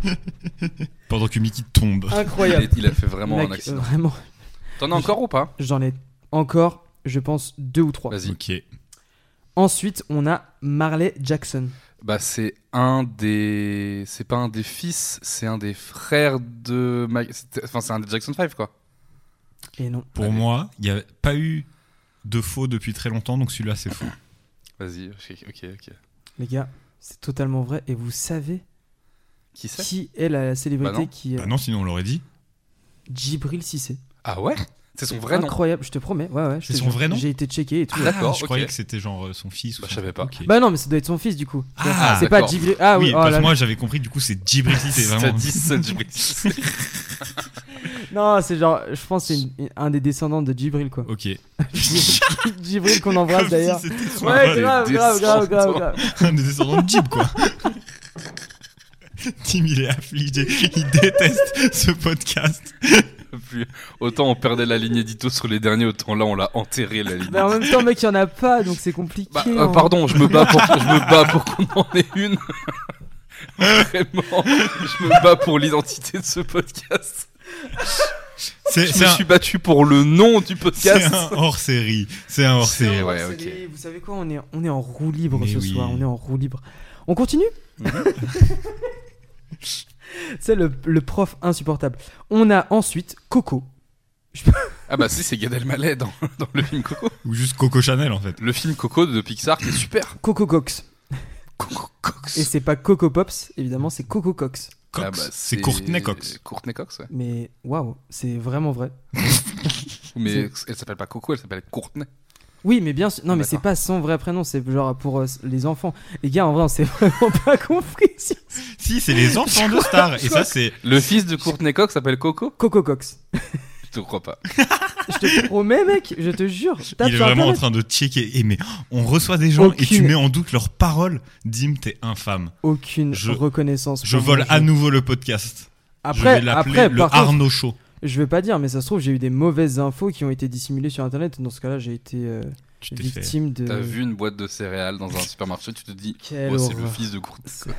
euh, Pendant que Mickey tombe. (laughs) Incroyable. Il, il a fait vraiment Mec, un euh, accident. vraiment. T'en as encore ou pas J'en ai encore, je pense, deux ou trois. Vas-y. Ok. Ensuite, on a Marley Jackson. Bah, c'est un des. C'est pas un des fils, c'est un des frères de. Ma- c'était- Enfin, c'est un des Jackson 5, quoi. Et non. Pour Allez. moi, il n'y a pas eu de faux depuis très longtemps, donc celui-là c'est faux. Vas-y, ok, ok. ok. Les gars, c'est totalement vrai. Et vous savez Qui c'est qui est la célébrité Bah non. qui bah est non, sinon on l'aurait dit. Djibril Cissé. Ah ouais C'est son vrai nom. Incroyable, je te promets. Ouais, ouais. je C'est te son jure. vrai nom J'ai été checké et tout. Ah, d'accord, je ok. croyais que c'était genre euh, son fils ou Bah, je son- savais pas. ok. Bah non, mais ça doit être son fils du coup. Ah, c'est pas d'accord. Djibril. Ah oui, oui, oh parce là que là. moi j'avais compris du coup c'est (laughs) Djibril c'est T'as vraiment. dit ça, Jimmy. C'est Non, c'est genre, je pense que c'est une- un des descendants de (laughs) Djibril quoi. (laughs) Ok. (laughs) Djibril qu'on Comme embrasse si d'ailleurs. c'était son Ouais, vrai- grave, des grave, grave, grave, descendants. grave. (laughs) un des descendants de Jib quoi. (laughs) Tim il est affligé, il déteste ce podcast. plus- Autant on perdait la ligne édito sur les derniers, autant là on l'a enterré la ligne. Mais en même temps, mec, il y en a pas, donc c'est compliqué. Bah, euh, hein. pardon, je me bats pour, je me bats pour qu'on en ait (laughs) une. Vraiment, je me bats pour l'identité de ce podcast. C'est Je c'est me un, suis battu pour le nom du c'est podcast. un hors série. C'est un hors C'est série. un ouais, C'est ok. les- Vous savez quoi, on est, on est en roue libre Mais ce oui. Mhm. soir, on est en roue libre. On continue (laughs) C'est le, le prof insupportable. On a ensuite Coco. Ah bah si, c'est Gad Elmaleh dans, dans le film Coco. Ou juste Coco Chanel en fait. Le film Coco de Pixar qui est super. Coco Cox. Coco Cox. Et c'est pas Coco Pops, évidemment, c'est Coco Cox. Cox. Ah bah, c'est Courtney Cox. Courtney Cox, ouais. Mais waouh, c'est vraiment vrai. Mais elle s'appelle pas Coco, elle s'appelle Courtney. Oui, mais bien sûr. Non, mais c'est D'accord. pas son vrai prénom, c'est genre pour euh, les enfants. Les gars, en vrai, on s'est (laughs) vraiment pas compris. sur- Si, c'est (laughs) les enfants de stars. Et ça, c'est. Le fils de Courtney Cox s'appelle Coco Coco Cox. Je te crois pas. Euh. Je te promets, mec, je te jure. tape Il est sur vraiment en Internet. train de checker. Et mais on reçoit des gens et tu Aucune- mets en doute leurs paroles. Dim, t'es infâme. Aucune Je- reconnaissance. Je pour vole mon jeu. à nouveau le podcast. je Après, vais l'appeler après le par contre, Arnaud Show. je vais pas dire, mais ça se trouve, j'ai eu des mauvaises infos qui ont été dissimulées sur internet. Dans ce cas-là, j'ai été euh, Tu t'es fait. victime de. T'as vu une boîte de céréales dans un supermarché, tu te dis, Quelle oh, c'est le horreur. fils de Courtney Cox.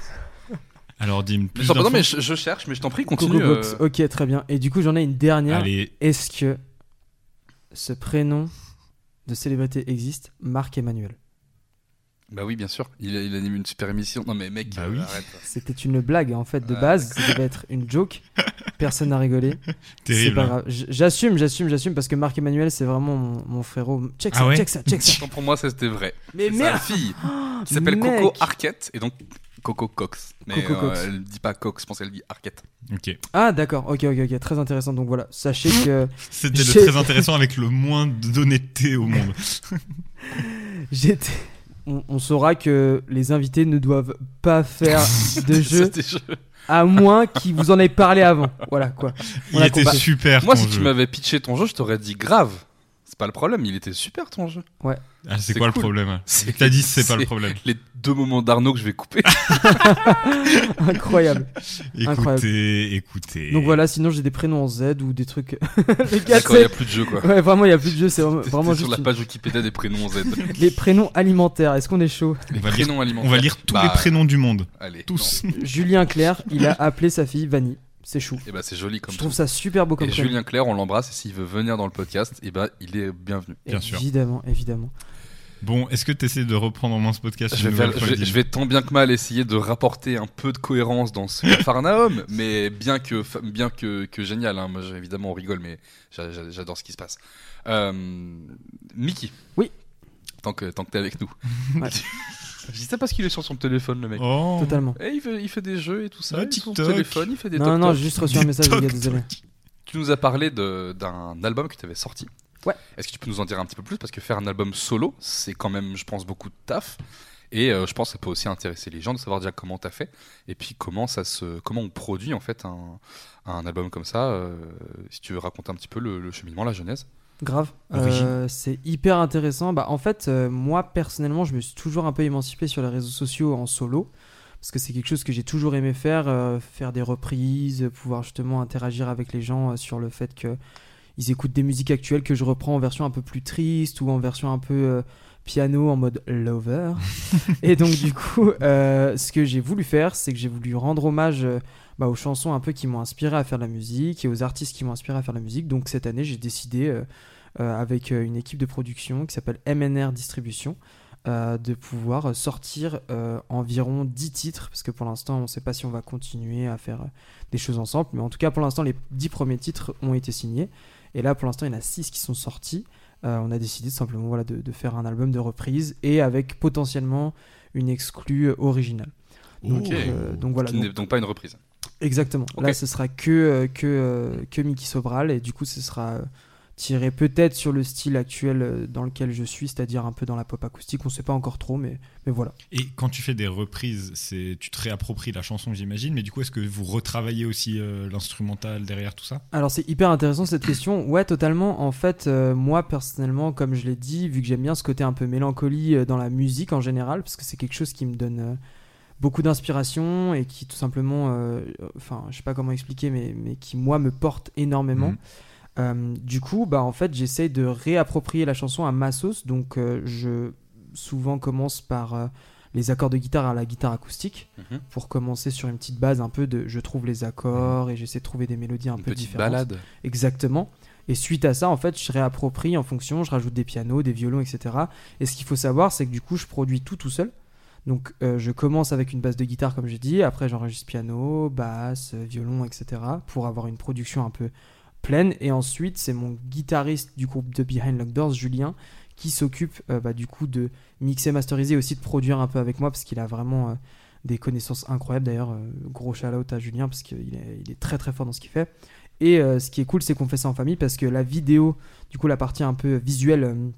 Alors Dim, plus Attends, non, d'infos mais je, je cherche, mais je t'en prie, Coco continue. Box. euh, Ok, très bien. Et du coup, j'en ai une dernière. Allez, Est-ce que ce prénom de célébrité existe Marc Emmanuel. Bah oui, bien sûr. Il, il anime une super émission. Non, mais mec, Bah euh, oui. arrête. C'était une blague en fait de Ouais. base. Ça devait être une joke. Personne (laughs) n'a rigolé. C'est Terrible. pas hein. grave. J- J'assume, j'assume, j'assume parce que Marc Emmanuel, c'est vraiment mon, mon frérot. Check ça, Ah ouais check ça, check ça. Autant pour moi, ça c'était vrai. (laughs) Mais C'est sa merde (gasps) fille qui s'appelle mec. Coco Arquette et donc Coco Cox. Mais Coco euh, Cox. elle dit pas Cox, je pense qu'elle dit Arquette. Ok. Ah, d'accord, ok, ok, ok, très intéressant. Donc voilà, sachez (laughs) que C'était le J'ai- très intéressant avec le moins d'honnêteté au monde. j'étais. On, on saura que les invités ne doivent (laughs) pas faire de Ça, jeu c'était chaud. à moins qu'ils vous en aient parlé avant. Voilà quoi. On Il a était compris. super Moi, ton si tu jeu. m'avais pitché ton jeu, je t'aurais dit grave. C'est pas le problème, il était super ton jeu. Ah, c'est C'est quoi le cool. problème hein C'est- T'as dit c'est pas le c'est- problème. Les deux moments d'Arnaud que je vais (laughs) couper. (laughs) Incroyable. Incroyable. Écoutez, écoutez. Donc voilà, sinon j'ai des prénoms en Z ou des trucs. (laughs) Les gars, C'est quand il n'y a c'est- plus de jeu, quoi. Ouais, vraiment, il n'y a plus de jeu, c'est vraiment- T'es- (laughs) vraiment t'es sur juste la page Wikipédia des prénoms Z. une- les prénoms alimentaires. Est-ce qu'on est chaud On Les va lire- prénoms alimentaires. On va lire tous Bah, les prénoms du monde. Allez, non. Tous. Julien Clerc, il a appelé sa fille Vanny. C'est chou. Eh ben, c'est joli comme Je tout. trouve ça super beau comme Et prénom. Julien Clerc, on l'embrasse. Et s'il veut venir dans le podcast, eh ben, il est bienvenu. Bien sûr. Évidemment, évidemment. Bon, est-ce que t'essaies de reprendre en main ce podcast Je une vais, faire- nouvelle fois, je vais- Edil je vais tant bien que mal essayer de rapporter un peu de cohérence dans (laughs) ce Farnaum, mais bien que, fa- bien que, que génial. hein. Moi, j'ai- évidemment, on rigole, mais j'a- j'a- j'adore ce qui se passe. Euh, Mickey. Oui. Tant que, tant que t'es avec nous. (laughs) Ouais. je dis ça parce qu'il est sur son téléphone, le mec. Oh. Totalement. Et il, fait, il fait des jeux et tout ça. Le il est sur son TikTok. téléphone, il fait des Non, non, toc-toc. j'ai juste reçu un Des message, les gars, toc-toc. désolé. Tu nous as parlé de- d'un album que tu avais sorti. Ouais. Est-ce que tu peux nous en dire un petit peu plus Parce que faire un album solo, c'est quand même, je pense, beaucoup de taf. Et euh, je pense que ça peut aussi intéresser les gens de savoir déjà comment tu as fait. Et puis comment, ça se, comment on produit en fait un, un album comme ça. euh, si tu veux raconter un petit peu le, le cheminement, la genèse. Grave. Origine. Euh, c'est hyper intéressant. Bah, en fait, euh, moi, personnellement, je me suis toujours un peu émancipé sur les réseaux sociaux en solo. Parce que c'est quelque chose que j'ai toujours aimé faire, euh, faire des reprises, pouvoir justement interagir avec les gens euh, sur le fait que ils écoutent des musiques actuelles que je reprends en version un peu plus triste ou en version un peu euh, piano en mode lover. Et donc du coup, euh, ce que j'ai voulu faire, c'est que j'ai voulu rendre hommage euh, bah, aux chansons un peu qui m'ont inspiré à faire de la musique et aux artistes qui m'ont inspiré à faire de la musique. Donc cette année, j'ai décidé euh, euh, avec euh, une équipe de production qui s'appelle MNR Distribution euh, de pouvoir sortir euh, environ 10 titres, parce que pour l'instant on ne sait pas si on va continuer à faire euh, des choses ensemble, mais en tout cas pour l'instant les 10 premiers titres ont été signés, et là pour l'instant il y en a 6 qui sont sortis, Euh, on a décidé tout simplement voilà, de, de faire un album de reprise, et avec potentiellement une exclue originale. Donc, Ok. euh, donc voilà, Qui donc- n'est donc pas une reprise. Exactement. Ok. Là, ce sera que euh, que euh, que Mickey Sobral et du coup, ce sera euh, tiré peut-être sur le style actuel euh, dans lequel je suis, c'est-à-dire un peu dans la pop acoustique. On sait pas encore trop, mais mais voilà. Et quand tu fais des reprises, c'est tu te réappropries la chanson, j'imagine. Mais du coup, est-ce que vous retravaillez aussi euh, l'instrumental derrière tout ça Alors c'est hyper intéressant cette question. Ouais, totalement. En fait, euh, moi personnellement, comme je l'ai dit, vu que j'aime bien ce côté un peu mélancolie euh, dans la musique en général, parce que c'est quelque chose qui me donne euh, beaucoup d'inspiration et qui tout simplement, euh, enfin, je sais pas comment expliquer, mais, mais qui moi me porte énormément. Mhm. Euh, du coup, bah en fait, j'essaye de réapproprier la chanson à ma sauce. Donc, euh, je souvent commence par euh, les accords de guitare à la guitare acoustique Mhm. pour commencer sur une petite base un peu de je trouve les accords et j'essaie de trouver des mélodies un Mhm. une peu petite différentes. balade. Exactement. Et suite à ça, en fait, je réapproprie en fonction, je rajoute des pianos, des violons, etc. Et ce qu'il faut savoir, c'est que du coup, je produis tout tout seul. Donc, euh, je commence avec une basse de guitare, comme j'ai dit. Après, j'enregistre piano, basse, euh, violon, etc. pour avoir une production un peu pleine. Et ensuite, c'est mon guitariste du groupe de Behind Locked Doors, Julien, qui s'occupe euh, bah, du coup de mixer, masteriser et aussi de produire un peu avec moi parce qu'il a vraiment euh, des connaissances incroyables. D'ailleurs, euh, gros shout out à Julien parce qu'il est, il est très très fort dans ce qu'il fait. Et euh, ce qui est cool, c'est qu'on fait ça en famille parce que la vidéo, du coup, la partie un peu visuelle euh,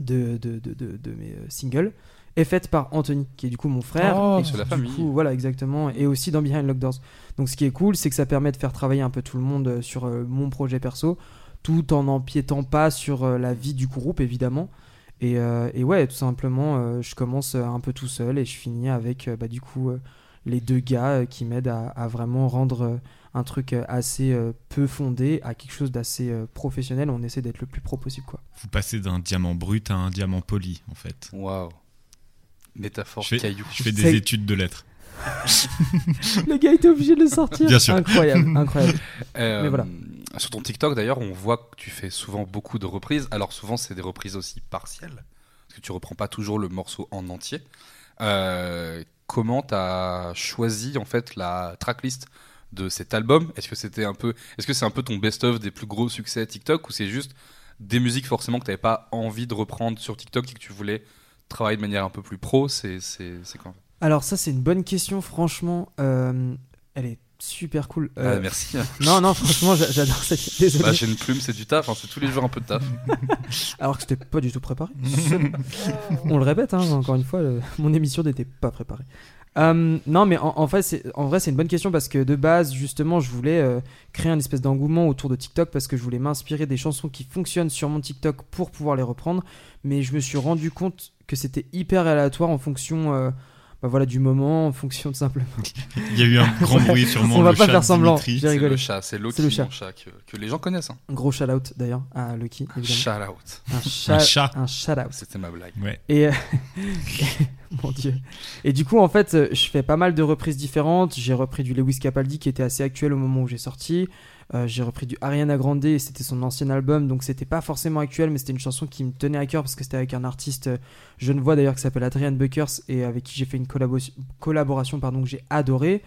de, de, de, de- de mes euh, singles est faite par Anthony, qui est du coup mon frère. Oh, et c'est qui, la du famille. coup, voilà, exactement. Et aussi dans Behind Locked Doors. Donc, ce qui est cool, c'est que ça permet de faire travailler un peu tout le monde euh, sur euh, mon projet perso, tout en empiétant pas sur euh, la vie du groupe, évidemment. Et, euh, et ouais, tout simplement, euh, je commence euh, un peu tout seul et je finis avec, euh, bah, du coup, euh, les deux gars euh, qui m'aident à, à vraiment rendre euh, un truc euh, assez euh, peu fondé à quelque chose d'assez euh, professionnel. On essaie d'être le plus pro possible, quoi. Vous passez d'un diamant brut à un diamant poli, en fait. Waouh. Métaphore Je fais- caillou. Je fais C'est- des études de lettres. (laughs) le gars était obligé de le sortir. Bien sûr. Incroyable, incroyable. Euh, Mais voilà. Sur ton TikTok d'ailleurs, on voit que tu fais souvent beaucoup de reprises. Alors souvent, c'est des reprises aussi partielles, parce que tu reprends pas toujours le morceau en entier. Euh, comment tu as choisi en fait la tracklist de cet album Est-ce que c'était un peu, est-ce que c'est un peu ton best-of des plus gros succès TikTok ou c'est juste des musiques forcément que tu n'avais pas envie de reprendre sur TikTok et que tu voulais travailler de manière un peu plus pro C'est c'est c'est quand Alors ça c'est une bonne question franchement. Euh, elle est super cool. Euh, Ah, merci. (laughs) Non non franchement j'a- j'adore ça. Désolé. Bah, j'ai une plume, c'est du taf, hein, c'est tous les jours un peu de taf. Alors que c'était pas du tout préparé. (laughs) On le répète, hein, encore une fois, le- mon émission n'était pas préparée. Euh, non, mais en, en fait, c'est- en vrai, c'est une bonne question parce que de base, justement, je voulais euh, créer un espèce d'engouement autour de TikTok parce que je voulais m'inspirer des chansons qui fonctionnent sur mon TikTok pour pouvoir les reprendre. Mais je me suis rendu compte que c'était hyper aléatoire en fonction. euh, bah voilà, du moment en fonction de simplement. Il y a eu un grand bruit sûrement. On va le pas chat faire de semblant. Dimitri. J'ai C'est rigolé. le chat, c'est C'est le Loki, chat. mon chat, que, que les gens connaissent. Hein. Gros shout out d'ailleurs à Lucky, évidemment. Shout out. Ah, Un, Un chat- chat. un shout out. C'était ma blague. Ouais. Et euh, (laughs) mon Dieu. Et du coup, en fait, euh, je fais pas mal de reprises différentes. J'ai repris du Lewis Capaldi qui était assez actuel au moment où j'ai sorti. Euh, j'ai repris du Ariana Grande. et C'était son ancien album, donc c'était pas forcément actuel, mais c'était une chanson qui me tenait à cœur parce que c'était avec un artiste euh, genevois d'ailleurs qui s'appelle Adrian Buckers et avec qui j'ai fait une collabo- collaboration pardon que j'ai adoré.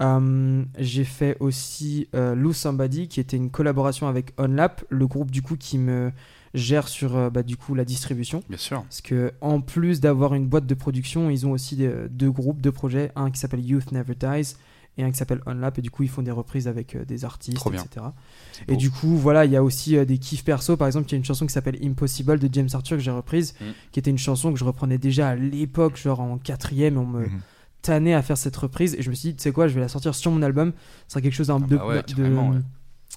Euh, j'ai fait aussi euh, Lou Somebody qui était une collaboration avec OnLap, le groupe du coup qui me gère sur euh, bah, du coup la distribution. Bien sûr. Parce que en plus d'avoir une boîte de production, ils ont aussi des- deux groupes, deux projets, un qui s'appelle Youth Never Dies et un qui s'appelle Unlap, et du coup ils font des reprises avec euh, des artistes, Trop bien. etc. beau. Et du coup, voilà, il y a aussi euh, des kiffs perso. Par exemple, il y a une chanson qui s'appelle Impossible de James Arthur que j'ai reprise, Mm. qui était une chanson que je reprenais déjà à l'époque, genre en quatrième, et on me Mm. Mhm. tannait à faire cette reprise. Et je me suis dit, tu sais quoi, je vais la sortir sur mon album. Ça sera quelque chose d'un Ah de, bah ouais, de- carrément, ouais.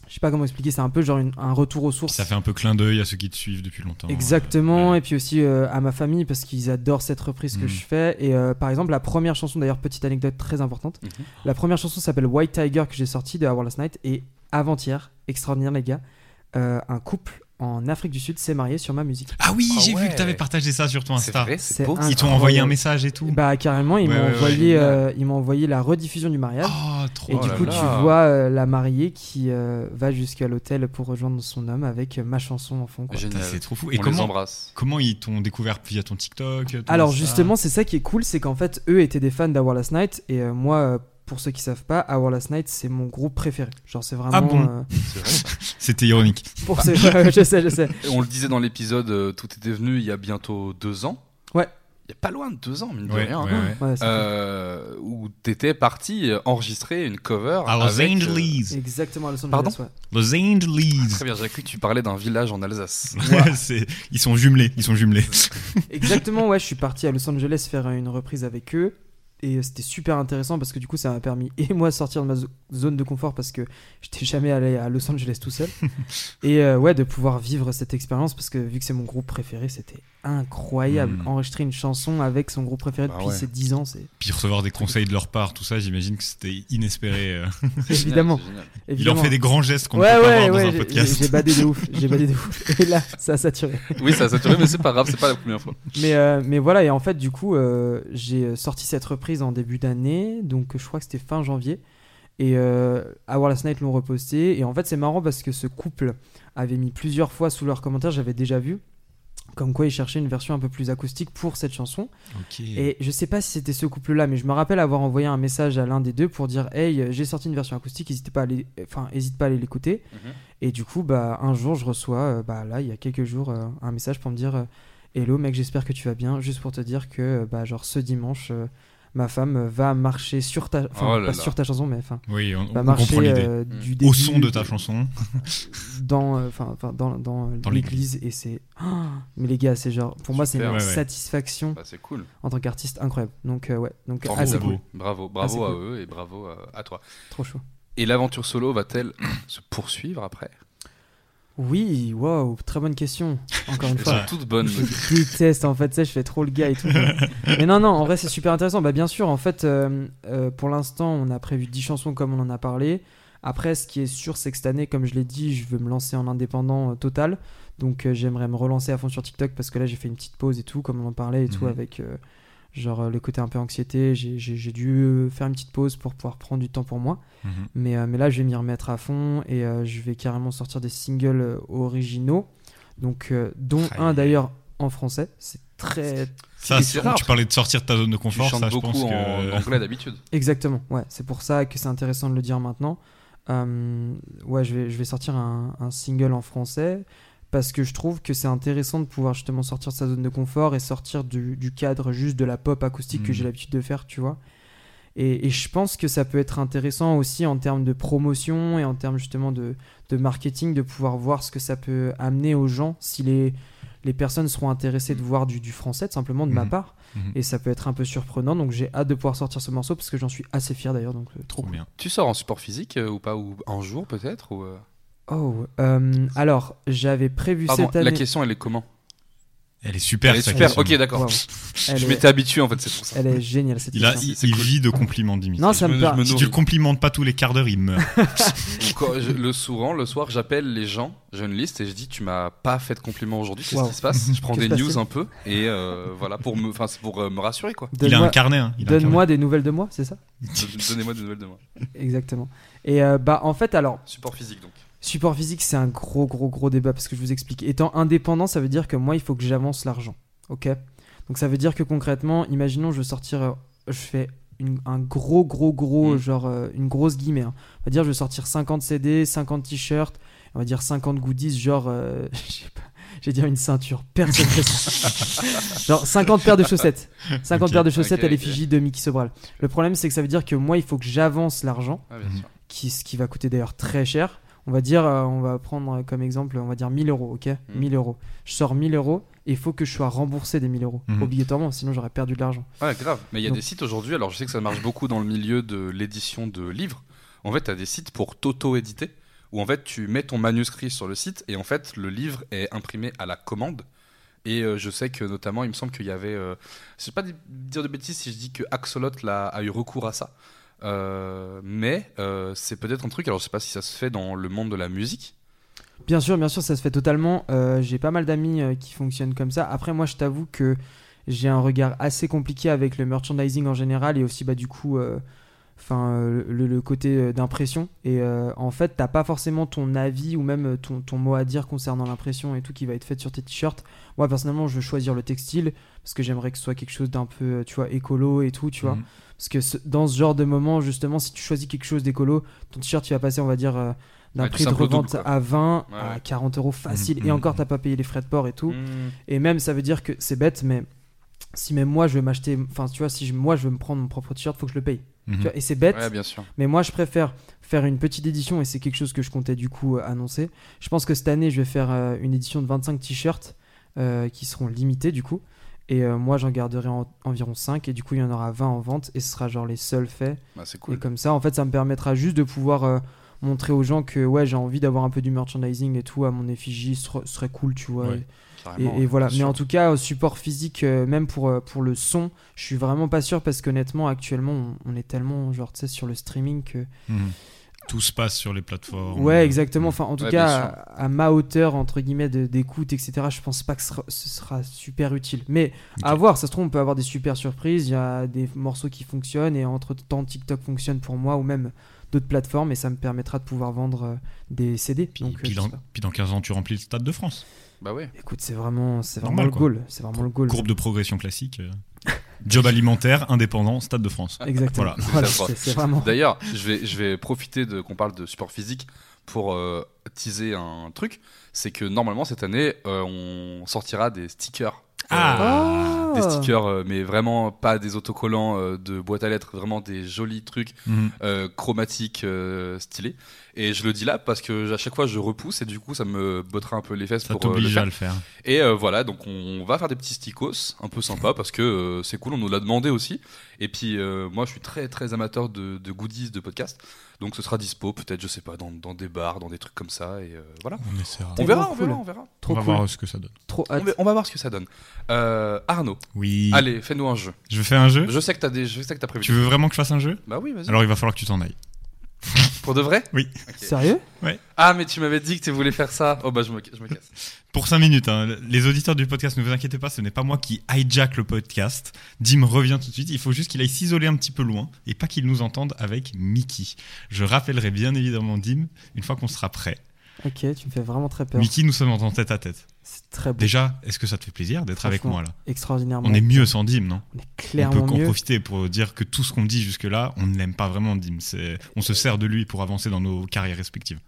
je sais pas comment expliquer, c'est un peu genre une- un retour aux sources. Ça fait un peu clin d'œil à ceux qui te suivent depuis longtemps. Exactement, Euh, ouais. et puis aussi euh, à ma famille parce qu'ils adorent cette reprise que Mhm. je fais. Et euh, par exemple, la première chanson, d'ailleurs, petite anecdote très importante, Mhm. la première chanson s'appelle White Tiger que j'ai sortie de Our Last Night. Et avant-hier, extraordinaire les gars, euh, un couple en Afrique du Sud s'est marié sur ma musique. Ah oui, Ah j'ai vu ouais. que t'avais partagé ça sur ton C'est Insta. vrai, c'est C'est beau. un- Ils t'ont envoyé un Incroyable. message et tout. Bah carrément, ils Ouais, m'ont ouais, ouais, envoyé, génial. euh, ils m'ont envoyé la rediffusion du mariage. Oh, trop Et Oh du là coup, là. tu vois euh, la mariée qui euh, va jusqu'à l'hôtel pour rejoindre son homme avec euh, ma chanson en fond. quoi. Putain, Génial. C'est trop fou. On Et les comment, embrasse. comment ils t'ont découvert via ton TikTok euh, ton Alors Insta justement, c'est ça qui est cool, c'est qu'en fait, eux étaient des fans d'Hour Last Night, et euh, moi, euh, pour ceux qui savent pas, Hour Last Night, c'est mon groupe préféré. Genre, c'est vraiment... Ah bon euh, C'est vrai. c'était ironique. pour (laughs) ces- Ouais, je sais, je sais. Et On le disait dans l'épisode euh, Tout était venu il y a bientôt deux ans. Ouais. Il y a pas loin de deux ans, mine de Ouais, rien. ouais, ouais. Ouais, c'est Euh, où t'étais parti enregistrer une cover Ah, À Ah, Los avec, euh, Angeles. Exactement, à Los Angeles, Pardon ouais. Los Angeles. Très bien, j'ai cru que tu parlais d'un village en (laughs) Alsace. Ah, (laughs) C'est- ils sont jumelés. Ils sont jumelés. (laughs) Exactement, ouais, je suis parti à Los Angeles faire une reprise avec eux. Et euh, c'était super intéressant parce que du coup, ça m'a permis (laughs) et moi de sortir de ma zo- zone de confort parce que j'étais jamais allé à Los Angeles (laughs) tout seul. et euh, ouais, de pouvoir vivre cette expérience parce que vu que c'est mon groupe préféré, c'était incroyable. Mm. Enregistrer une chanson avec son groupe préféré Bah depuis ouais. ses 10 (laughs) ans, c'est Puis recevoir des conseils de leur part, tout ça, j'imagine que c'était inespéré. euh. C'est génial, Évidemment. c'est génial. Il leur évidemment. fait des grands gestes qu'on Ouais, ne peut ouais, pas voir ouais, dans un j'ai- podcast. j'ai- j'ai badé de ouf, (laughs) j'ai badé de ouf. Et là, ça a saturé. Oui, ça a saturé, mais c'est pas grave, c'est pas la première (laughs) fois. Mais, euh, mais voilà, et en fait, du coup, euh, j'ai sorti cette reprise en début d'année, donc euh, je crois que c'était fin janvier. Et euh, Our Last Night l'ont reposté. Et en fait, c'est marrant parce que ce couple avait mis plusieurs fois sous leurs commentaires, j'avais déjà vu, comme quoi ils cherchaient une version un peu plus acoustique pour cette chanson. Ok. Et je sais pas si c'était ce couple-là, mais je me rappelle avoir envoyé un message à l'un des deux pour dire Hey, euh, j'ai sorti une version acoustique, n'hésite pas à aller, enfin, hésite pas à aller l'écouter. Mhm. Et du coup, bah, un jour, je reçois, euh, bah, là, il y a quelques jours, euh, un message pour me dire euh, Hello, mec, j'espère que tu vas bien, juste pour te dire que, euh, bah, genre, ce dimanche, euh, ma femme euh, va marcher sur ta, Oh enfin, pas là là. sur ta chanson, mais enfin, Oui, on, va on comprend marcher l'idée. euh, du début Au son de ta chanson. dans, euh, enfin, enfin, dans, dans, euh, Dans l'église. Et c'est, (gasps) Ah mais les gars, c'est genre, pour moi, c'est une Super, ouais, ouais. satisfaction Bah, c'est cool. en tant qu'artiste incroyable. Donc, euh, ouais, donc, Bravo, ah, c'est Formidable. cool, Bravo, Ah, c'est bravo à cool. eux et bravo à, à toi. trop chaud. Et l'aventure solo va-t-elle se poursuivre après Oui, waouh, très bonne question. Encore une Elles fois. sont toutes bonnes. Je déteste en fait, ça je fais trop le gars et tout. Mais non, non, en vrai c'est super intéressant. Bah, bien sûr, en fait, euh, euh, pour l'instant, on a prévu 10 chansons comme on en a parlé. Après, ce qui est sûr, c'est que cette année, comme je l'ai dit, je veux me lancer en indépendant euh, total. Donc euh, j'aimerais me relancer à fond sur TikTok parce que là j'ai fait une petite pause et tout, comme on en parlait et tout, Mhm. avec euh, genre euh, le côté un peu anxiété. J'ai- J'ai j'ai dû euh, faire une petite pause pour pouvoir prendre du temps pour moi. Mhm. Mais, euh, mais là, je vais m'y remettre à fond et euh, je vais carrément sortir des singles euh, originaux, donc euh, dont Aïe. un d'ailleurs en français. C'est très. Ça, c'est c'est- rare. tu parlais de sortir de ta zone de Tu confort, chantes ça, je beaucoup pense en, que. en anglais d'habitude. Exactement, ouais. C'est pour ça que c'est intéressant de le dire maintenant. Euh, ouais, je vais, je vais sortir un, un single en français parce que je trouve que c'est intéressant de pouvoir justement sortir de sa zone de confort et sortir du, du cadre juste de la pop acoustique que Mhm. j'ai l'habitude de faire, tu vois. Et, et je pense que ça peut être intéressant aussi en termes de promotion et en termes justement de, de marketing de pouvoir voir ce que ça peut amener aux gens si les, les personnes seront intéressées de voir du, du français, tout simplement de ma Mhm. part. Mhm. Et ça peut être un peu surprenant, donc j'ai hâte de pouvoir sortir ce morceau parce que j'en suis assez fier d'ailleurs, donc euh, Trop trop cool. bien. Tu sors en support physique euh, ou pas Ou un jour peut-être ou, euh, Oh, euh, alors j'avais prévu Pardon, cette année. la question elle est comment Elle est super, Elle est sa super, question. ok d'accord. Waouh. Elle, Je est, m'étais habitué en fait, c'est pour ça. elle est géniale cette Il, a, question. il, C'est il cool. vit de compliments, Dimitri. Non, ça je me me- parle. je si tu le complimentes pas tous les quarts d'heure, il meurt. Donc, euh, je- le souvent, le soir, j'appelle les gens, j'ai une liste et je dis tu m'as pas fait de compliments aujourd'hui, qu'est-ce Wow. qui se passe Je prends Qu'est-ce des qui se news passe un peu et euh, voilà pour me, enfin c'est pour euh, me rassurer quoi. Il a Donne-moi- un carnet. hein, il a un Donne-moi des nouvelles de moi, c'est ça Donnez-moi des nouvelles de moi. Exactement. Et euh, bah en fait, alors Support physique donc. Support physique, c'est un gros, gros, gros débat parce que je vous explique. Étant indépendant, ça veut dire que moi, il faut que j'avance l'argent. Ok Donc ça veut dire que concrètement, imaginons, je veux sortir. euh, Je fais une- un gros, gros, gros, Mm. genre euh, une grosse guillemets. hein. On va dire, je veux sortir 50 CD, 50 t-shirts, on va dire 50 goodies, genre. euh, (laughs) je sais pas. J'ai dire une ceinture. Personne fait ça. Genre 50 paires de chaussettes. 50 Ok, paires de chaussettes ok, à ok. l'effigie de Mickey Sobral. Le problème, c'est que ça veut dire que moi, il faut que j'avance l'argent Ah, bien Mhm. sûr. qui, ce qui va coûter d'ailleurs très cher. On va dire, euh, on va prendre euh, comme exemple, on va dire 1000 euros, ok 1000 euros. Je sors 1000 euros et il faut que je sois remboursé des 1000 euros, Mhm. obligatoirement, sinon j'aurais perdu de l'argent. Ouais, grave. Mais il y a Donc- des sites aujourd'hui, alors je sais que ça marche beaucoup dans le milieu de l'édition de livres. En fait, tu as des sites pour t'auto-éditer, où en fait tu mets ton manuscrit sur le site et en fait le livre est imprimé à la commande. Et euh, je sais que notamment, il me semble qu'il y avait. euh, je ne sais pas di- dire de bêtises si je dis que Axolot l'a- a eu recours à ça. Euh, mais euh, c'est peut-être un truc, alors je sais pas si ça se fait dans le monde de la musique. Bien sûr, bien sûr, ça se fait totalement. Euh, j'ai pas mal d'amis euh, qui fonctionnent comme ça. Après, moi, je t'avoue que j'ai un regard assez compliqué avec le merchandising en général et aussi, bah, du coup, euh, enfin, euh, le, le côté euh, d'impression. Et euh, en fait, t'as pas forcément ton avis ou même euh, ton, ton mot à dire concernant l'impression et tout qui va être fait sur tes t-shirts. Moi, personnellement, je veux choisir le textile parce que j'aimerais que ce soit quelque chose d'un peu, euh, tu vois, écolo et tout, tu vois. Mhm. Parce que ce- dans ce genre de moment, justement, si tu choisis quelque chose d'écolo, ton t-shirt, tu vas passer, on va dire, euh, d'un Ouais, du prix de simple au double, revente quoi. à 20 Ouais, à ouais. 40 euros facile. Mhm, et mhm, encore, mhm. t'as pas payé les frais de port et tout. Mhm. Et même, ça veut dire que c'est bête, mais si même moi, je veux m'acheter. Enfin, tu vois, si je- moi, je veux me prendre mon propre t-shirt, faut que je le paye. Mhm. Tu vois, et c'est bête. Ouais, bien sûr. Mais moi, je préfère faire une petite édition, et c'est quelque chose que je comptais du coup euh, annoncer. Je pense que cette année, je vais faire euh, une édition de 25 t-shirts euh, qui seront limités du coup. Et euh, moi, j'en garderai en- environ 5, et du coup, il y en aura 20 en vente, et ce sera genre les seuls faits. Bah, c'est Et cool. comme ça, en fait, ça me permettra juste de pouvoir euh, montrer aux gens que ouais, j'ai envie d'avoir un peu du merchandising et tout à mon effigie, ce serait- ce serait cool, tu vois. Ouais. Et- et, Carrément, et ouais, voilà. bien Mais sûr. en tout cas, au support physique, euh, même pour, euh, pour le son, je suis vraiment pas sûr parce qu'honnêtement, actuellement, on, on est tellement, genre, tu sais, sur le streaming que. Mhm. Tout se passe sur les plateformes. Ouais, euh, exactement. Enfin, en tout Ouais, cas, bien à, à ma hauteur, entre guillemets, de- d'écoute, etc., je pense pas que ce sera, ce sera super utile. Mais à Ok. voir, ça se trouve, on peut avoir des super surprises. Il y a des morceaux qui fonctionnent et entre-temps, TikTok fonctionne pour moi ou même d'autres plateformes et ça me permettra de pouvoir vendre euh, des CD. Puis, Donc, euh, puis je dans, sais pas. puis dans 15 ans, tu remplis le stade de France. Bah ouais. Écoute, c'est vraiment, c'est vraiment Normal, le quoi. goal. C'est vraiment le goal. Courbe de progression classique. euh, (laughs) Job alimentaire, indépendant, stade de Euh, France. (laughs) Exactement. Voilà. Voilà, C'est ça. c'est c'est vraiment. D'ailleurs, je vais, je vais profiter de qu'on parle de support physique pour euh, teaser un truc. C'est que normalement cette année, euh, on sortira des stickers. Euh, Ah. Oh. Des stickers, euh, mais vraiment pas des autocollants euh, de boîte à lettres, vraiment des jolis trucs Mhm. euh, chromatiques euh, stylés. Et je le dis là parce que à chaque fois je repousse et du coup ça me bottera un peu les fesses Ça pour euh, le t'oblige faire. à le faire. Et euh, voilà, donc on va faire des petits sticos, un peu sympa parce que euh, c'est cool, on nous l'a demandé aussi. Et puis euh, moi, je suis très très amateur de, de goodies de podcast, donc ce sera dispo peut-être, je sais pas, dans, dans des bars, dans des trucs comme ça. Et euh, voilà. On essaiera. On Tellement verra, on cool. verra, on verra. Trop on va cool. voir ce que ça donne. Trop On hâte. va, on va voir ce que ça donne. Euh, Arnaud, Oui. allez, fais-nous un jeu. Je fais un jeu. Je sais que t'as des, je sais que t'as prévu. Tu veux vraiment que je fasse un jeu Bah oui, vas-y. Alors il va falloir que tu t'en ailles. Pour de vrai Sérieux Ah, mais tu m'avais dit que tu voulais faire ça. Oh bah je me, je me (laughs) casse. Pour 5 minutes, hein. les auditeurs du podcast, ne vous inquiétez pas, ce n'est pas moi qui hijack le podcast. Dim revient tout de suite, il faut juste qu'il aille s'isoler un petit peu loin et pas qu'il nous entende avec Mickey. Je rappellerai bien évidemment Dim une fois qu'on sera prêt. Ok, tu me fais vraiment très peur. Mickey, nous sommes en tête à tête. C'est très beau. Déjà, est-ce que ça te fait plaisir d'être avec Franchement, moi là extraordinairement. On est mieux sans Dim, non On On est peut clairement en mieux. profiter pour dire que tout ce qu'on dit jusque-là, on ne l'aime pas vraiment, Dim. C'est- On se sert de lui pour avancer dans nos carrières respectives.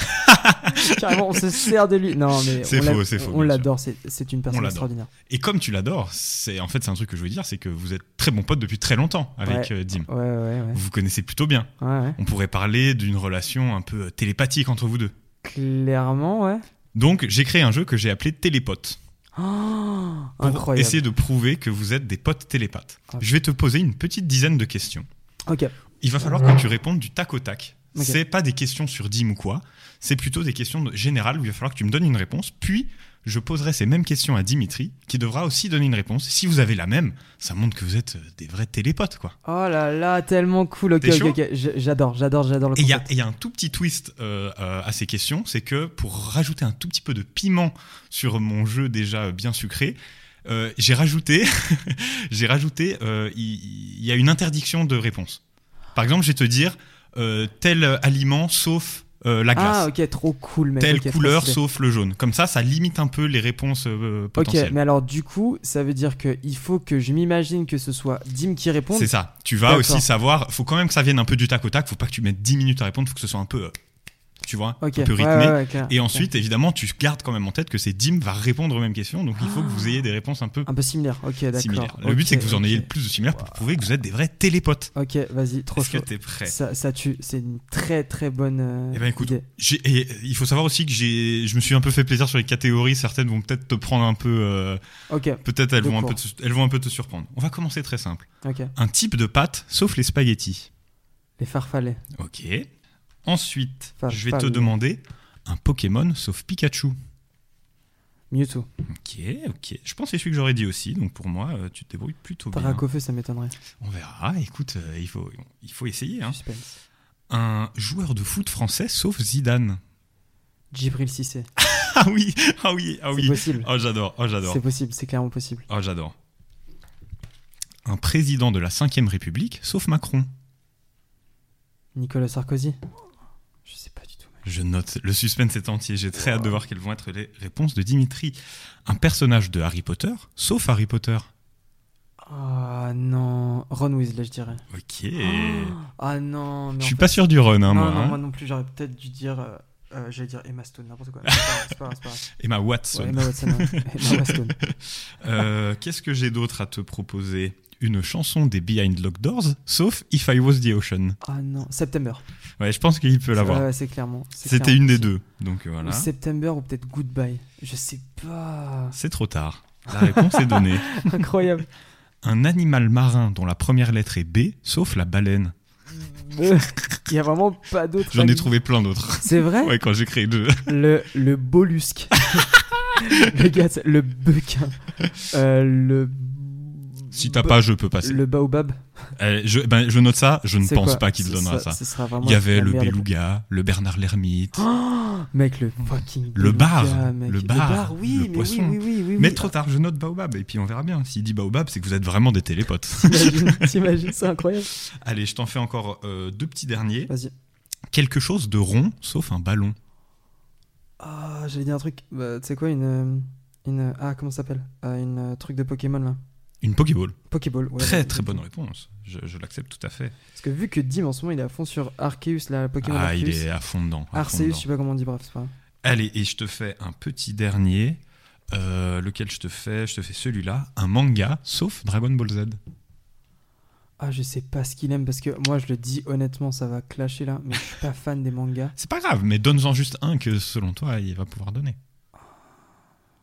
(laughs) Carrément, on se sert de lui. Non, mais C'est on l'a- faux, c'est faux, On bien l'adore, c'est c'est une personne l'adore. extraordinaire. Et comme tu l'adores, c'est en fait c'est un truc que je veux dire, c'est que vous êtes très bon pote depuis très longtemps avec euh, Dim. Ouais, ouais, ouais. Vous vous connaissez plutôt bien. ouais, ouais. On pourrait parler d'une relation un peu euh, télépathique entre vous deux. Clairement, ouais. (gasps) Donc j'ai créé un jeu que j'ai appelé Télépote. Oh, pour incroyable. essayer de prouver que vous êtes des potes télépathes. Ah. Je vais te poser une petite dizaine de questions. Ok, Il va falloir que tu répondes du tac au tac. Ok. C'est pas des questions sur Dim ou quoi, c'est plutôt des questions de- générales où il va falloir que tu me donnes une réponse, puis je poserai ces mêmes questions à Dimitri, qui devra aussi donner une réponse. Si vous avez la même, ça montre que vous êtes euh, des vrais télépotes, quoi. Oh là là, tellement cool. Ok, T'es ok, chaud ok. J- J'adore, j'adore, j'adore le Et il y, a- concept. et il y a un tout petit twist euh, euh, à ces questions, c'est que pour rajouter un tout petit peu de piment sur mon jeu déjà euh, bien sucré, euh, j'ai rajouté, (laughs) j'ai rajouté, euh, il il y, a une interdiction de réponse. Par exemple, je vais te dire euh, tel aliment sauf euh, la glace, Ah, ok, trop cool, mec. telle ok, trop couleur stylé. sauf le jaune. Comme ça, ça limite un peu les réponses euh, Ok, potentielles. mais alors du coup, ça veut dire que il faut que je m'imagine que ce soit Dim qui réponde. C'est ça. Tu vas D'accord. aussi savoir. Faut quand même que ça vienne un peu du tac au tac. Faut pas que tu mettes 10 minutes à répondre. Faut que ce soit un peu, euh, tu vois, Ok, un peu ouais, rythmé. ouais, ouais, clair, Et clair. ensuite, évidemment, tu gardes quand même en tête que c'est Dim va répondre aux mêmes questions, donc il faut que vous ayez des réponses un peu Un peu similaire, ok, Ah, d'accord. similaires. Le but, ok, c'est que vous en ayez ok. le plus de similaires pour prouver que vous êtes des vrais télépotes. Ok, vas-y, trop Est-ce que chaud. t'es prêt Ça, ça tue, c'est une très très bonne euh, Eh ben écoute, idée. j'ai- et, euh, il faut savoir aussi que j'ai, je me suis un peu fait plaisir sur les catégories. Certaines vont peut-être te prendre un peu, euh, Ok, peut-être elles De vont un court. peu, te- elles vont un peu te surprendre. On va commencer très simple. ok. Un type de pâte, sauf les spaghettis. Les farfalets. Ok. Ensuite, Fa- je vais fa- te demander un Pokémon, sauf Pikachu. Mewtwo. Ok, ok. Je pense que c'est celui que j'aurais dit aussi, donc pour moi, euh, tu te débrouilles plutôt bien. Dracofeu, ça m'étonnerait. On verra. Écoute, euh, il, faut, il faut essayer. hein. Suspense. Un joueur de foot français sauf Zidane. (laughs) Djibril Cissé. Ah oui, ah oui, ah C'est oui. possible. Oh j'adore, oh j'adore, C'est possible, c'est clairement possible. oh j'adore. Un président de la 5ème République sauf Macron. Nicolas Sarkozy. Je sais pas du tout. mec. Je note, le suspense est entier. J'ai très hâte de voir quelles vont être les réponses de Dimitri. Un personnage de Harry Potter sauf Harry Potter. Ah non, Ron Weasley, je dirais. Ok. Ah non, mais Je en suis fait- pas sûr du run, hein, non, moi. non, hein. moi non plus, j'aurais peut-être dû dire. euh, euh, J'allais dire Emma Stone, (laughs) n'importe quoi. C'est pas grave, c'est pas grave, c'est Emma pas grave. Watson. Ouais, Emma Watson, ouais. (laughs) Emma Stone. Euh, Qu'est-ce que j'ai d'autre à te proposer Une chanson des Behind Locked Doors, sauf If I Was the Ocean. Ah non, September. Ouais, je pense qu'il peut l'avoir. Ouais, ouais, c'est clairement. Euh, c'est C'était clairement une des possible. deux. Donc euh, voilà. Ou September ou peut-être Goodbye. Je sais pas. C'est trop tard. La réponse est (laughs) donnée. Incroyable. Un animal marin dont la première lettre est B, sauf la baleine. Euh, Il y a vraiment pas d'autre. J'en ai ami. trouvé plein d'autres. (laughs) C'est vrai Ouais, quand j'ai créé le jeu. le, le (laughs) bollusque. le gars, c'est- le bequin. Euh, le. Si t'as pas, je peux passer. Bah, Le baobab. Euh, je, ben, je note ça, je ne C'est pense quoi pas qu'il Ce donnera ça. sera- ce sera vraiment Il y avait la Ah le meilleure réponse. beluga, le Bernard l'ermite. (gasps) Mec, le fucking. Le beluga, bar, mec. le bar, oui, le mais oui, poisson. Oui, oui, oui, oui, Mais oui. trop tard, je note Baobab. Et puis on verra bien. S'il dit Baobab, c'est que vous êtes vraiment des télépotes. (laughs) T'imagines- T'imagines, c'est incroyable. Allez, je t'en fais encore euh, deux petits derniers. Vas-y. Quelque chose de rond, sauf un ballon. Ah, j'allais dire un truc. Bah, tu sais quoi, une. euh, Une, ah, comment ça s'appelle Euh, Une euh, truc de Pokémon là. Une Pokéball. Pokéball. ouais, très ouais, très bonne exactement. réponse. Je, je l'accepte tout à fait. Parce que vu que Dim en ce moment il est à fond sur Arceus, la Pokémon ah, Arceus. il est à fond dedans. à fond Arceus, je dedans. sais pas comment on dit, bref, c'est pas grave. Allez, et je te fais un petit dernier. Euh, lequel je te fais Je te fais celui-là. Un manga, sauf Dragon Ball Z. Ah, je sais pas ce qu'il aime parce que moi je le dis honnêtement, ça va clasher là, mais je suis pas fan (laughs) des mangas. C'est pas grave, mais donne-en juste un que selon toi, il va pouvoir donner.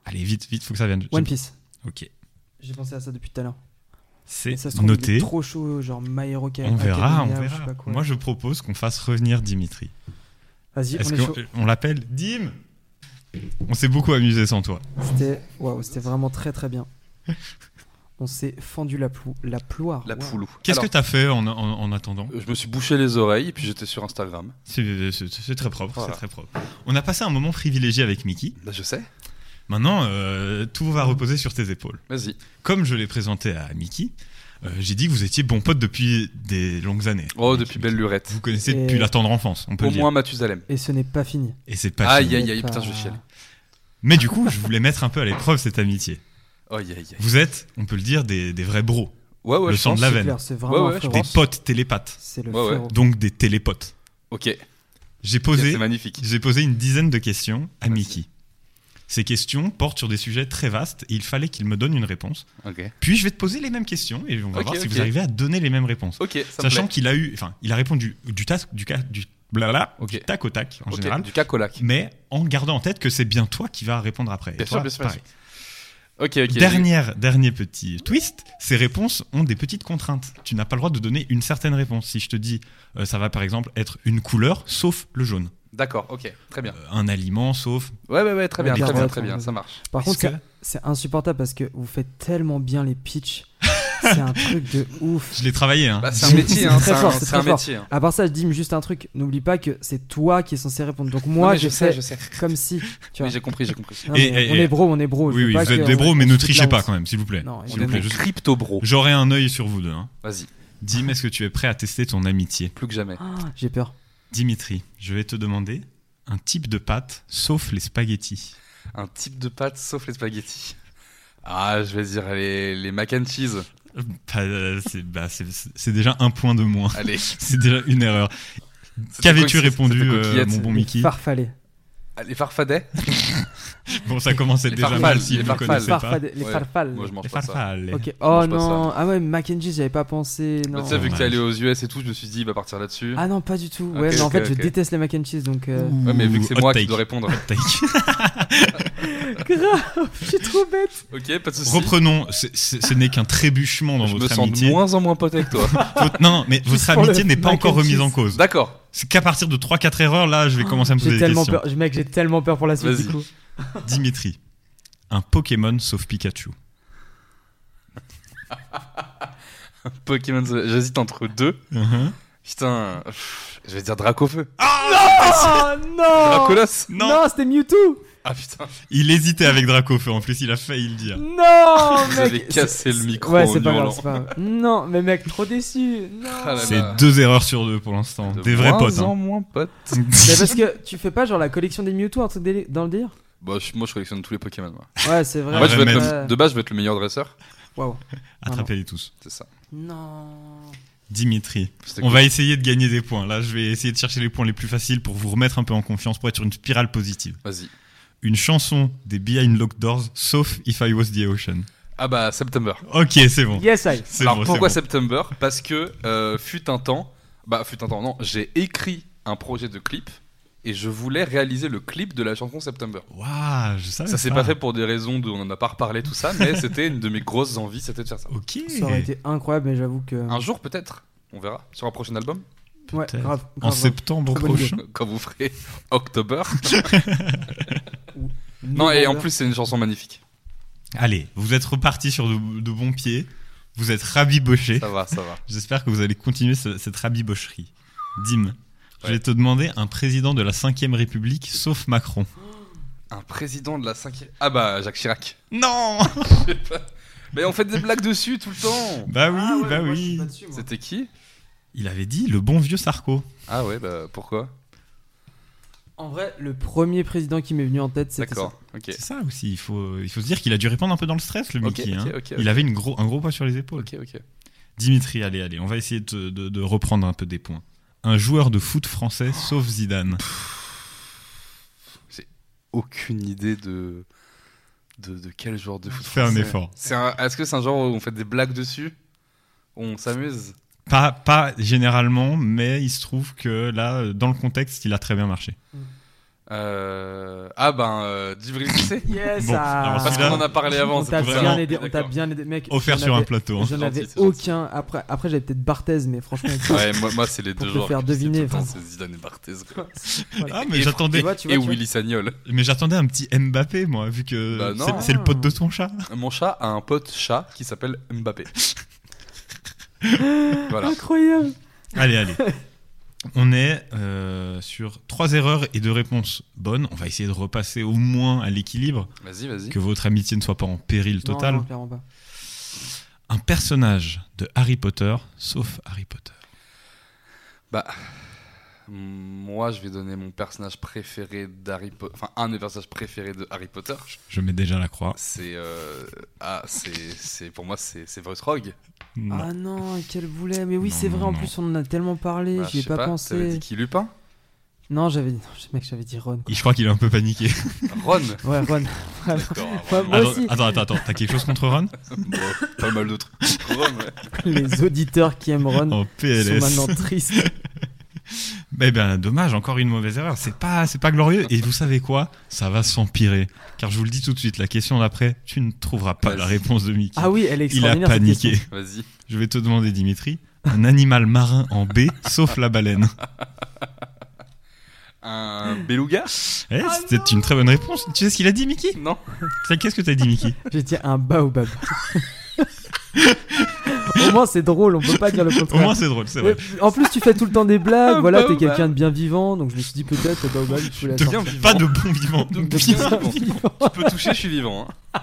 Allez, vite, vite, faut que ça vienne. One Piece, Ok. j'ai pensé à ça depuis tout à l'heure. C'est Et ça se trouve, il est noté. trop chaud, genre My Hero Academia On verra, on ou je sais verra. pas quoi. Moi, je propose qu'on fasse revenir Dimitri. Vas-y, on Est-ce est chaud. qu'on l'appelle Dim On s'est beaucoup amusé sans toi. C'était waouh, c'était vraiment très très bien. (laughs) On s'est fendu la plou, la ploire. La waouh. poule. Qu'est-ce que Alors, t'as fait en, en- en attendant euh, Je me suis bouché les oreilles, puis j'étais sur Instagram. C'est c'est- c'est très propre, Voilà. c'est très propre. On a passé un moment privilégié avec Mickey. Bah, je sais. Maintenant, euh, tout va reposer sur tes épaules. Vas-y. Comme je l'ai présenté à Mickey, euh, j'ai dit que vous étiez bons potes depuis des longues années. Oh, Avec depuis Mickey. belle lurette. Vous connaissez Et- depuis la tendre enfance, on peut Au le dire. moins Mathusalem. Et ce n'est pas fini. Et c'est pas Aïe, fini. aïe, aïe, Pas- putain, je vais chialer. Mais du coup, je voulais mettre un peu à l'épreuve cette amitié. Oh, yeah, yeah. Vous êtes, on peut le dire, des, des vrais bros, Ouais, ouais, Le je sang pense. de la C'est veine. clair, c'est vraiment Ouais, ouais, un je frérot. des potes télépathes, C'est le Ouais, ouais. frérot. donc des télépotes. Ok, J'ai c'est posé, magnifique. j'ai posé une dizaine de questions à Mickey. Ces questions portent sur des sujets très vastes et il fallait qu'il me donne une réponse. Ok, Puis je vais te poser les mêmes questions et on va Ok, voir si ok. vous arrivez à donner les mêmes réponses. ok, ça me Sachant plaît. qu'il a eu, enfin, il a répondu du tac, du, ca- du blabla, Ok. du tac au tac en Ok, général, du cacolac. mais en gardant en tête que c'est bien toi qui vas répondre après. Et Bien toi, sûr, bien sûr, bien pareil. Ok, ok. Dernière, dernier petit twist, ces réponses ont des petites contraintes. Tu n'as pas le droit de donner une certaine réponse. Si je te dis, euh, ça va par exemple être une couleur, sauf le jaune. D'accord, ok, très bien. Euh, un aliment, sauf. Ouais, ouais, ouais, très bien, Bien, très bien, ouais, très bien, ouais. ça marche. Par Est-ce contre, que- ça- c'est insupportable parce que vous faites tellement bien (laughs) les pitchs. c'est un truc de ouf. Je l'ai travaillé. Hein. Bah, c'est un métier, hein, très c'est un, fort, c'est c'est un très fort. métier. hein. À part ça, je dis mais juste un truc. N'oublie pas que c'est toi qui es censé répondre. Donc Non, moi, mais je, je sais, je sais. comme si. Tu Oui, vois. j'ai compris, j'ai compris. Non, mais Et- on et- est bro, on est bro. je oui, veux oui, pas vous êtes que- des bros, on- mais on ne se foute de trichez la pas honte. quand même, s'il vous plaît. Non, on S'il On est vous est des plaît, des je- crypto bro. J'aurai un œil sur vous deux. hein. Vas-y, Dim, est-ce que tu es prêt à tester ton amitié plus que jamais. Ah, J'ai peur. Dimitri, je vais te demander un type de pâte, sauf les spaghettis. Un type de pâte sauf les spaghettis. Ah, je vais dire les, les mac and cheese. Euh, bah, euh, c'est bah, c'est- c'est déjà un point de moins. Allez. (laughs) C'est déjà une erreur. C'était Qu'avais-tu coquille- répondu, c'était euh, coquillette. mon bon Mickey Farfalé. Ah, Les farfadets Bon, ça commençait Les déjà farfales, mal les si vous ne farfales. connaissez pas. Farfadé- Les Ouais, farfales. Moi, je mange Les pas ça. farfales. Ok. mange Oh pas non. Ah ouais, Mackenzie, j'avais pas pensé. Mais Non. Tu sais, vu que t'es allé Dommage. aux US et tout, je me suis dit, il va partir là-dessus. Ah non, pas du tout. Ok, Ouais, mais en ok, fait, je ok. déteste les mac and cheese, donc. euh, Ouais, mais vu que c'est Hot moi take. qui dois répondre. Hot take. (laughs) (laughs) Grave, je suis trop bête. Ok, pas de soucis. Reprenons, c'est- c'est- ce n'est qu'un trébuchement dans je me votre sens de amitié. moins en moins pote avec (laughs) toi. Votre- non, non, (laughs) mais votre Juste pour amitié le n'est pas mac encore and remise cheese. en cause. D'accord. C'est qu'à partir de 3-4 erreurs, là, je vais commencer à me poser Ah. J'ai des tellement questions. peur. Mec, j'ai tellement peur pour la suite Vas-y. du coup. Dimitri, un Pokémon sauf Pikachu. Pokémon, j'hésite entre deux. Uh-huh. Mhm. Putain, pff, je vais dire Dracofeu. Ah Oh non Dracolos Non. Non, c'était Mewtwo Ah putain, Il hésitait avec Dracofeu, en plus, il a failli le Oh (laughs) dire. Non, mec vous avez c'est- cassé le micro Ouais, en c'est pas hurlant. grave, c'est pas grave. Non, mais mec, trop déçu Non Ah là C'est là. deux erreurs sur deux pour l'instant. De Des vrais moins potes. en (laughs) hein. moins potes. Mais parce que tu fais pas genre la collection des Mewtwo un truc déli- dans le délire Bah, je- moi je collectionne tous les Pokémon. Moi. Ouais, c'est vrai. Ah, Moi, je veux être remède. le- de base, je veux être le meilleur dresseur. Waouh. Attrapez-les tous. C'est ça. Non. Dimitri, Je t'écoute. on va essayer de gagner des points. Là, je vais essayer de chercher les points les plus faciles pour vous remettre un peu en confiance, pour être sur une spirale positive. Vas-y. Une chanson des Behind Locked Doors, sauf If I Was the Ocean. Ah bah, September. Ok, c'est bon. Yes, I. C'est Alors bon, c'est pourquoi bon. September Parce que euh, fut un temps, bah fut un temps, non, j'ai écrit un projet de clip et je voulais réaliser le clip de la chanson September. Waouh, je savais Ça s'est pas fait pour des raisons dont on n'en a pas reparlé tout ça, mais c'était une de mes grosses envies, c'était de faire ça. Ok. Ça aurait été incroyable, mais j'avoue que. Un jour peut-être, on verra, sur un prochain album, Ouais, peut-être. grave. grave, En grave. septembre Très bonne idée. prochain. quand vous ferez (laughs) (laughs) October. Nouveau Non, et en bonheur. plus c'est une chanson magnifique. Allez, vous êtes reparti sur de, de bons pieds. Vous êtes rabiboché. Ça va, ça (laughs) va. J'espère que vous allez continuer ce- cette rabibocherie. Dim, je vais te demander un président de la 5ème République, sauf Macron. Un président de la cinquième... Ah bah, Jacques Chirac. Non Mais on fait des blagues dessus (laughs) tout le temps Bah oui, Ah ouais, bah moi, je suis oui. pas dessus, moi. C'était qui Il avait dit le bon vieux Sarko. Ah ouais, bah pourquoi En vrai, le premier président qui m'est venu en tête, c'était ça. D'accord, ok. C'est ça aussi, il faut, il faut se dire qu'il a dû répondre un peu dans le stress, le Ok, Mickey. ok, hein. ok, ok. Il avait une gros, un gros poids sur les épaules. Ok, ok. Dimitri, allez, allez, on va essayer de, de- de reprendre un peu des points. Un joueur de foot français, sauf Zidane. aucune idée de de, de quel genre de foot. Fais un français. effort. C'est un- Est-ce que c'est un genre où on fait des blagues dessus On s'amuse Pas, pas généralement, mais il se trouve que là, dans le contexte, il a très bien marché. Euh, Ah ben, euh, Djibril Cissé Yes, Bon, ah. alors Parce Celui-là, qu'on en a parlé avant. On c'est t'a pour ça. bien vraiment- aidé, on t'a D'accord. bien aidé, mec. Offert j'en sur un avais- (laughs) plateau. hein. J'en gentil, avais c'est gentil. aucun. Après, après j'avais peut-être Barthez, mais (laughs) franchement, avec- Ouais, moi, moi, c'est les Pour deux te joueurs. faire que je dis tout deviner, le temps, enfin. C'est Zidane et Barthez. quoi. Ah, Et- mais et- tu j'attendais, vois, tu vois, Et tu vois. Willy (laughs) Sagnol. mais j'attendais un petit Mbappé, moi, vu que Bah non. c'est- c'est le pote de ton (laughs) chat. Mon chat a un pote chat qui s'appelle Mbappé. (laughs) voilà. Incroyable. Allez, allez. On est euh, sur trois erreurs et deux réponses bonnes. On va essayer de repasser au moins à l'équilibre, Vas-y, vas-y. que votre amitié ne soit pas en péril total. Non, non, clairement pas. Un personnage de Harry Potter, sauf Harry Potter. Moi, je vais donner mon personnage préféré d'Harry Potter. Enfin, un des personnages préférés de Harry Potter. Je mets déjà la croix. C'est. euh, Ah, c'est. c'est- Pour moi, c'est c'est Rogue. Non. Ah non, quel boulet. Mais oui, Non, c'est vrai, non, en non. plus, on en a tellement parlé, Bah, j'y ai je sais pas, T'avais pensé. dit qui Lupin Non, j'avais dit, mec, j'avais dit Ron. Je crois qu'il est un peu paniqué. Ron Ouais, Ron. D'accord, (laughs) Pas Ron. Moi Attends, aussi. attends, attends, attends, t'as quelque chose contre (laughs) Ron Bon, Pas mal d'autres. Ron, ouais. Les auditeurs qui aiment Ron En sont PLS. (laughs) maintenant tristes. Eh ben, dommage, encore une mauvaise erreur. C'est pas, c'est pas glorieux. Et vous savez quoi Ça va s'empirer. Car je vous le dis tout de suite, la question d'après, tu ne trouveras pas la Vas-y. réponse de Mickey. Ah oui, elle est Il a extraordinaire. cette paniqué. question. Vas-y. Je vais te demander, Dimitri, un animal marin en B, sauf la baleine. (laughs) Un beluga Eh, Ah c'était une très bonne réponse. Tu sais ce qu'il a dit, Mickey Non Ça, Qu'est-ce que t'as dit, (laughs) Mickey J'ai dit un baobab. (laughs) Au moins, c'est drôle, on peut pas dire le Au contraire. moins, c'est drôle, c'est vrai. Ouais, en plus, tu fais tout le temps des blagues. Un voilà, t'es baobab. quelqu'un de bien vivant, donc je me suis dit peut-être le baobab, il faut la De- sortir. vivant. pas de bon vivant. De Bien bien vivant. vivant. Tu peux toucher, je suis vivant. (laughs) hein.